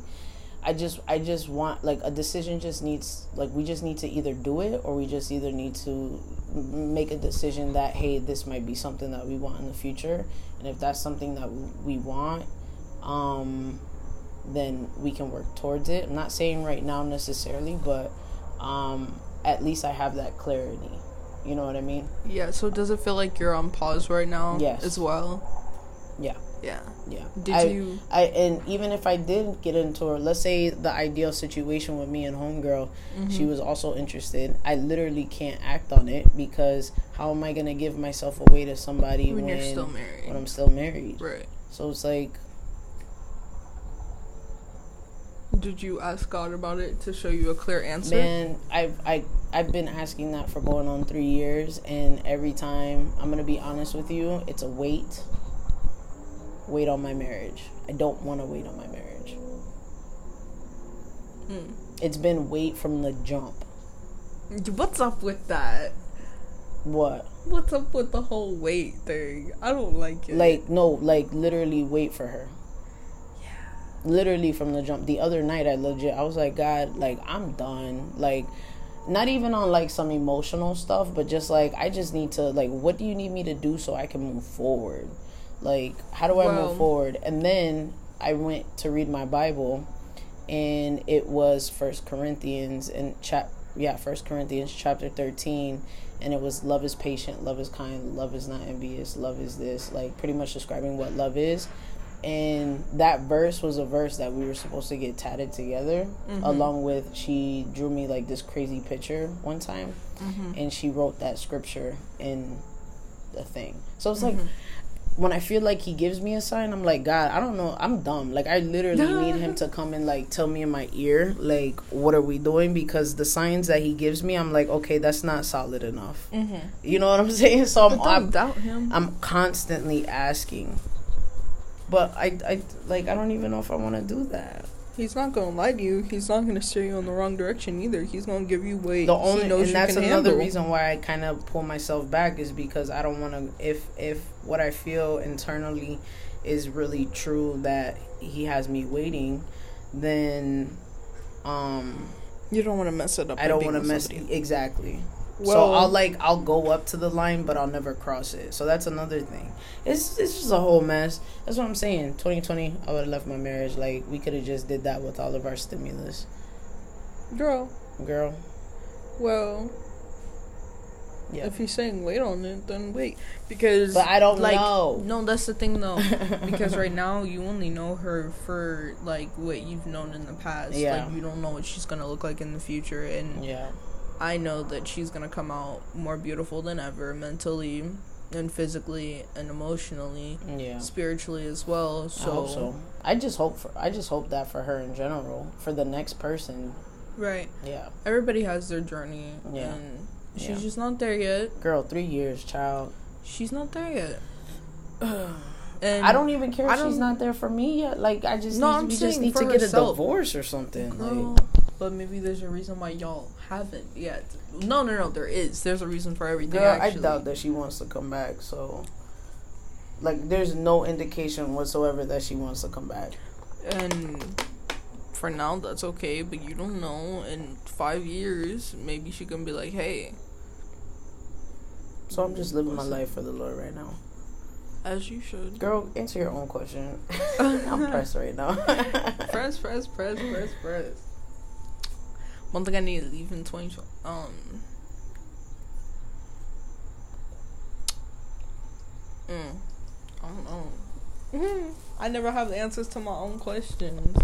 Speaker 1: i just i just want like a decision just needs like we just need to either do it or we just either need to m- make a decision that hey this might be something that we want in the future and if that's something that w- we want um then we can work towards it. I'm not saying right now necessarily, but um, at least I have that clarity. You know what I mean?
Speaker 2: Yeah, so does it feel like you're on pause right now?
Speaker 1: Yes.
Speaker 2: As well?
Speaker 1: Yeah,
Speaker 2: Yeah.
Speaker 1: yeah.
Speaker 2: Did
Speaker 1: I,
Speaker 2: you
Speaker 1: I and even if I did get into her, let's say the ideal situation with me and homegirl,
Speaker 2: Mm-hmm.
Speaker 1: she was also interested. I literally can't act on it because how am I gonna give myself away to somebody
Speaker 2: when
Speaker 1: when,
Speaker 2: you're still
Speaker 1: when
Speaker 2: married?
Speaker 1: I'm still married?
Speaker 2: Right.
Speaker 1: So it's like
Speaker 2: did you ask God about it to show you a clear answer?
Speaker 1: Man, I've I I've been asking that for going on three years, and every time I'm gonna be honest with you, it's a wait. Wait on my marriage. I don't want to wait on my marriage.
Speaker 2: Hmm.
Speaker 1: It's been wait from the jump.
Speaker 2: What's up with that?
Speaker 1: What?
Speaker 2: What's up with the whole weight thing? I don't like it.
Speaker 1: Like no, like literally wait for her. Literally from the jump. The other night, I legit, I was like, God, like I'm done. Like, not even on like some emotional stuff, but just like I just need to like, what do you need me to do so I can move forward? Like, how do I
Speaker 2: Wow.
Speaker 1: move forward? And then I went to read my Bible, and it was First Corinthians and chap yeah First Corinthians chapter thirteen, and it was love is patient, love is kind, love is not envious, love is this like pretty much describing what love is, and that verse was a verse that we were supposed to get tatted together along with she drew me like this crazy picture one time and she wrote that scripture in the thing. So it's like when I feel like he gives me a sign, I'm like, God, I don't know. I'm dumb. Like I literally need him to come and like tell me in my ear, like, what are we doing? Because the signs that he gives me, I'm like, okay, that's not solid enough. You know what I'm (laughs) saying? So I'm,
Speaker 2: But don't
Speaker 1: I'm
Speaker 2: doubt him.
Speaker 1: I'm constantly asking. But I, I like I don't even know if I want to do that.
Speaker 2: He's not gonna lie to you. He's not gonna steer you in the wrong direction either. He's gonna give you weight.
Speaker 1: the
Speaker 2: he
Speaker 1: only
Speaker 2: knows
Speaker 1: and
Speaker 2: you
Speaker 1: that's
Speaker 2: can
Speaker 1: another
Speaker 2: handle.
Speaker 1: reason why I kind of pull myself back is because I don't want to if if what I feel internally is really true that he has me waiting then um
Speaker 2: You don't want to mess it up.
Speaker 1: I
Speaker 2: by
Speaker 1: don't
Speaker 2: being
Speaker 1: want to
Speaker 2: with
Speaker 1: mess
Speaker 2: somebody.
Speaker 1: exactly so
Speaker 2: Well-
Speaker 1: I'll like I'll go up to the line but I'll never cross it so that's another thing it's it's just a whole mess that's what I'm saying 2020 I would have left my marriage like we could have just did that with all of our stimulus
Speaker 2: Girl,
Speaker 1: girl
Speaker 2: well,
Speaker 1: Yeah.
Speaker 2: if he's saying wait on it, then wait because.
Speaker 1: but I don't
Speaker 2: like,
Speaker 1: know
Speaker 2: No, that's the thing though,
Speaker 1: (laughs)
Speaker 2: because right now you only know her for like what you've known in the past.
Speaker 1: Yeah.
Speaker 2: Like you don't know what she's gonna look like in the future, and
Speaker 1: yeah
Speaker 2: I know that she's gonna come out more beautiful than ever, mentally and physically and emotionally,
Speaker 1: yeah
Speaker 2: spiritually as well. So,
Speaker 1: I hope so. I just hope for I just hope that for her in general, for the next person.
Speaker 2: right,
Speaker 1: Yeah,
Speaker 2: everybody has their journey,
Speaker 1: Yeah.
Speaker 2: and she's
Speaker 1: Yeah.
Speaker 2: just not there yet.
Speaker 1: girl, three years, child.
Speaker 2: She's not there yet.
Speaker 1: (sighs)
Speaker 2: and
Speaker 1: I don't even care
Speaker 2: I
Speaker 1: if she's
Speaker 2: don't-
Speaker 1: not there for me yet. Like I just
Speaker 2: No,
Speaker 1: need,
Speaker 2: I'm
Speaker 1: we just
Speaker 2: saying
Speaker 1: need
Speaker 2: for
Speaker 1: to get a
Speaker 2: herself.
Speaker 1: divorce or something.
Speaker 2: Girl,
Speaker 1: Like
Speaker 2: but maybe there's a reason why y'all haven't yet. No, no, no. There is. There's a reason for everything.
Speaker 1: girl, I
Speaker 2: actually.
Speaker 1: doubt that she wants to come back. So, like, there's no indication whatsoever that she wants to come back.
Speaker 2: And for now, that's okay. But you don't know. In five years, maybe she can be like, "Hey,
Speaker 1: So I'm just living my life for the Lord right now.
Speaker 2: as you should."
Speaker 1: Girl, answer your own question. (laughs) I'm pressed right now.
Speaker 2: (laughs)
Speaker 1: (laughs)
Speaker 2: Press, press, press, press, press. One thing I need to leave in twenty. Um. Mm, I don't know. Mhm. I never have the answers to my own questions.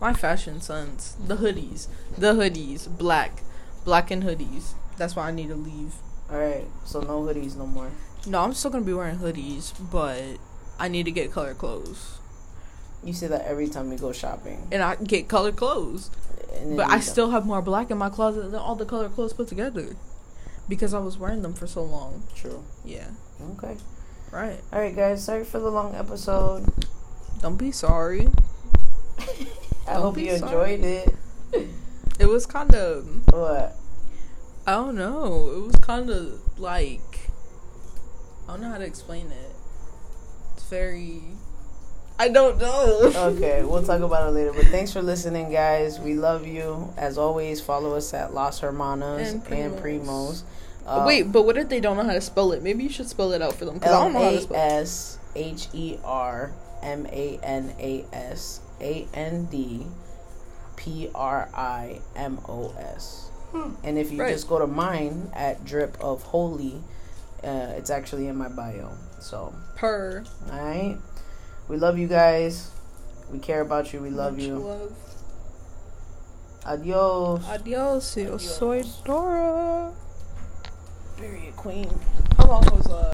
Speaker 2: My fashion sense, the hoodies, the hoodies, black, black and hoodies. That's why I need to leave.
Speaker 1: All right, so no hoodies no more.
Speaker 2: No, I'm still gonna be wearing hoodies, but I need to get color clothes,
Speaker 1: You say that every time we go shopping.
Speaker 2: and I get color clothes.
Speaker 1: And then
Speaker 2: But
Speaker 1: you
Speaker 2: I
Speaker 1: don't.
Speaker 2: still have more black in my closet than all the color clothes put together. Because I was wearing them for so long.
Speaker 1: True.
Speaker 2: Yeah.
Speaker 1: Okay.
Speaker 2: Right.
Speaker 1: All right, guys. Sorry for the long episode.
Speaker 2: Don't be sorry.
Speaker 1: I
Speaker 2: Don't
Speaker 1: hope
Speaker 2: be
Speaker 1: you
Speaker 2: sorry.
Speaker 1: enjoyed it.
Speaker 2: It was kind of.
Speaker 1: What?
Speaker 2: I don't know. Oh, It was kind of like. I don't know how to explain it. It's very. I don't know.
Speaker 1: Okay,
Speaker 2: (laughs)
Speaker 1: we'll talk about it later. But thanks for listening, guys. We love you. As always, follow us at Las Hermanas and
Speaker 2: And
Speaker 1: Primos.
Speaker 2: Primos.
Speaker 1: Uh,
Speaker 2: Wait, but what if they don't know how to spell it? Maybe you should spell it out for them. Because I don't
Speaker 1: L
Speaker 2: know how to
Speaker 1: A
Speaker 2: spell it.
Speaker 1: S H E R M A N A S E A N D P R I M O S. And if you
Speaker 2: Hmm. Right.
Speaker 1: just go to mine at Drip of Holy, uh, it's actually in my bio. So,
Speaker 2: Per.
Speaker 1: all right. We love you guys. We care about you. We love
Speaker 2: Much
Speaker 1: you.
Speaker 2: Love.
Speaker 1: Adios.
Speaker 2: Adios. Yo soy Dora.
Speaker 1: Period, queen.
Speaker 2: How long was that?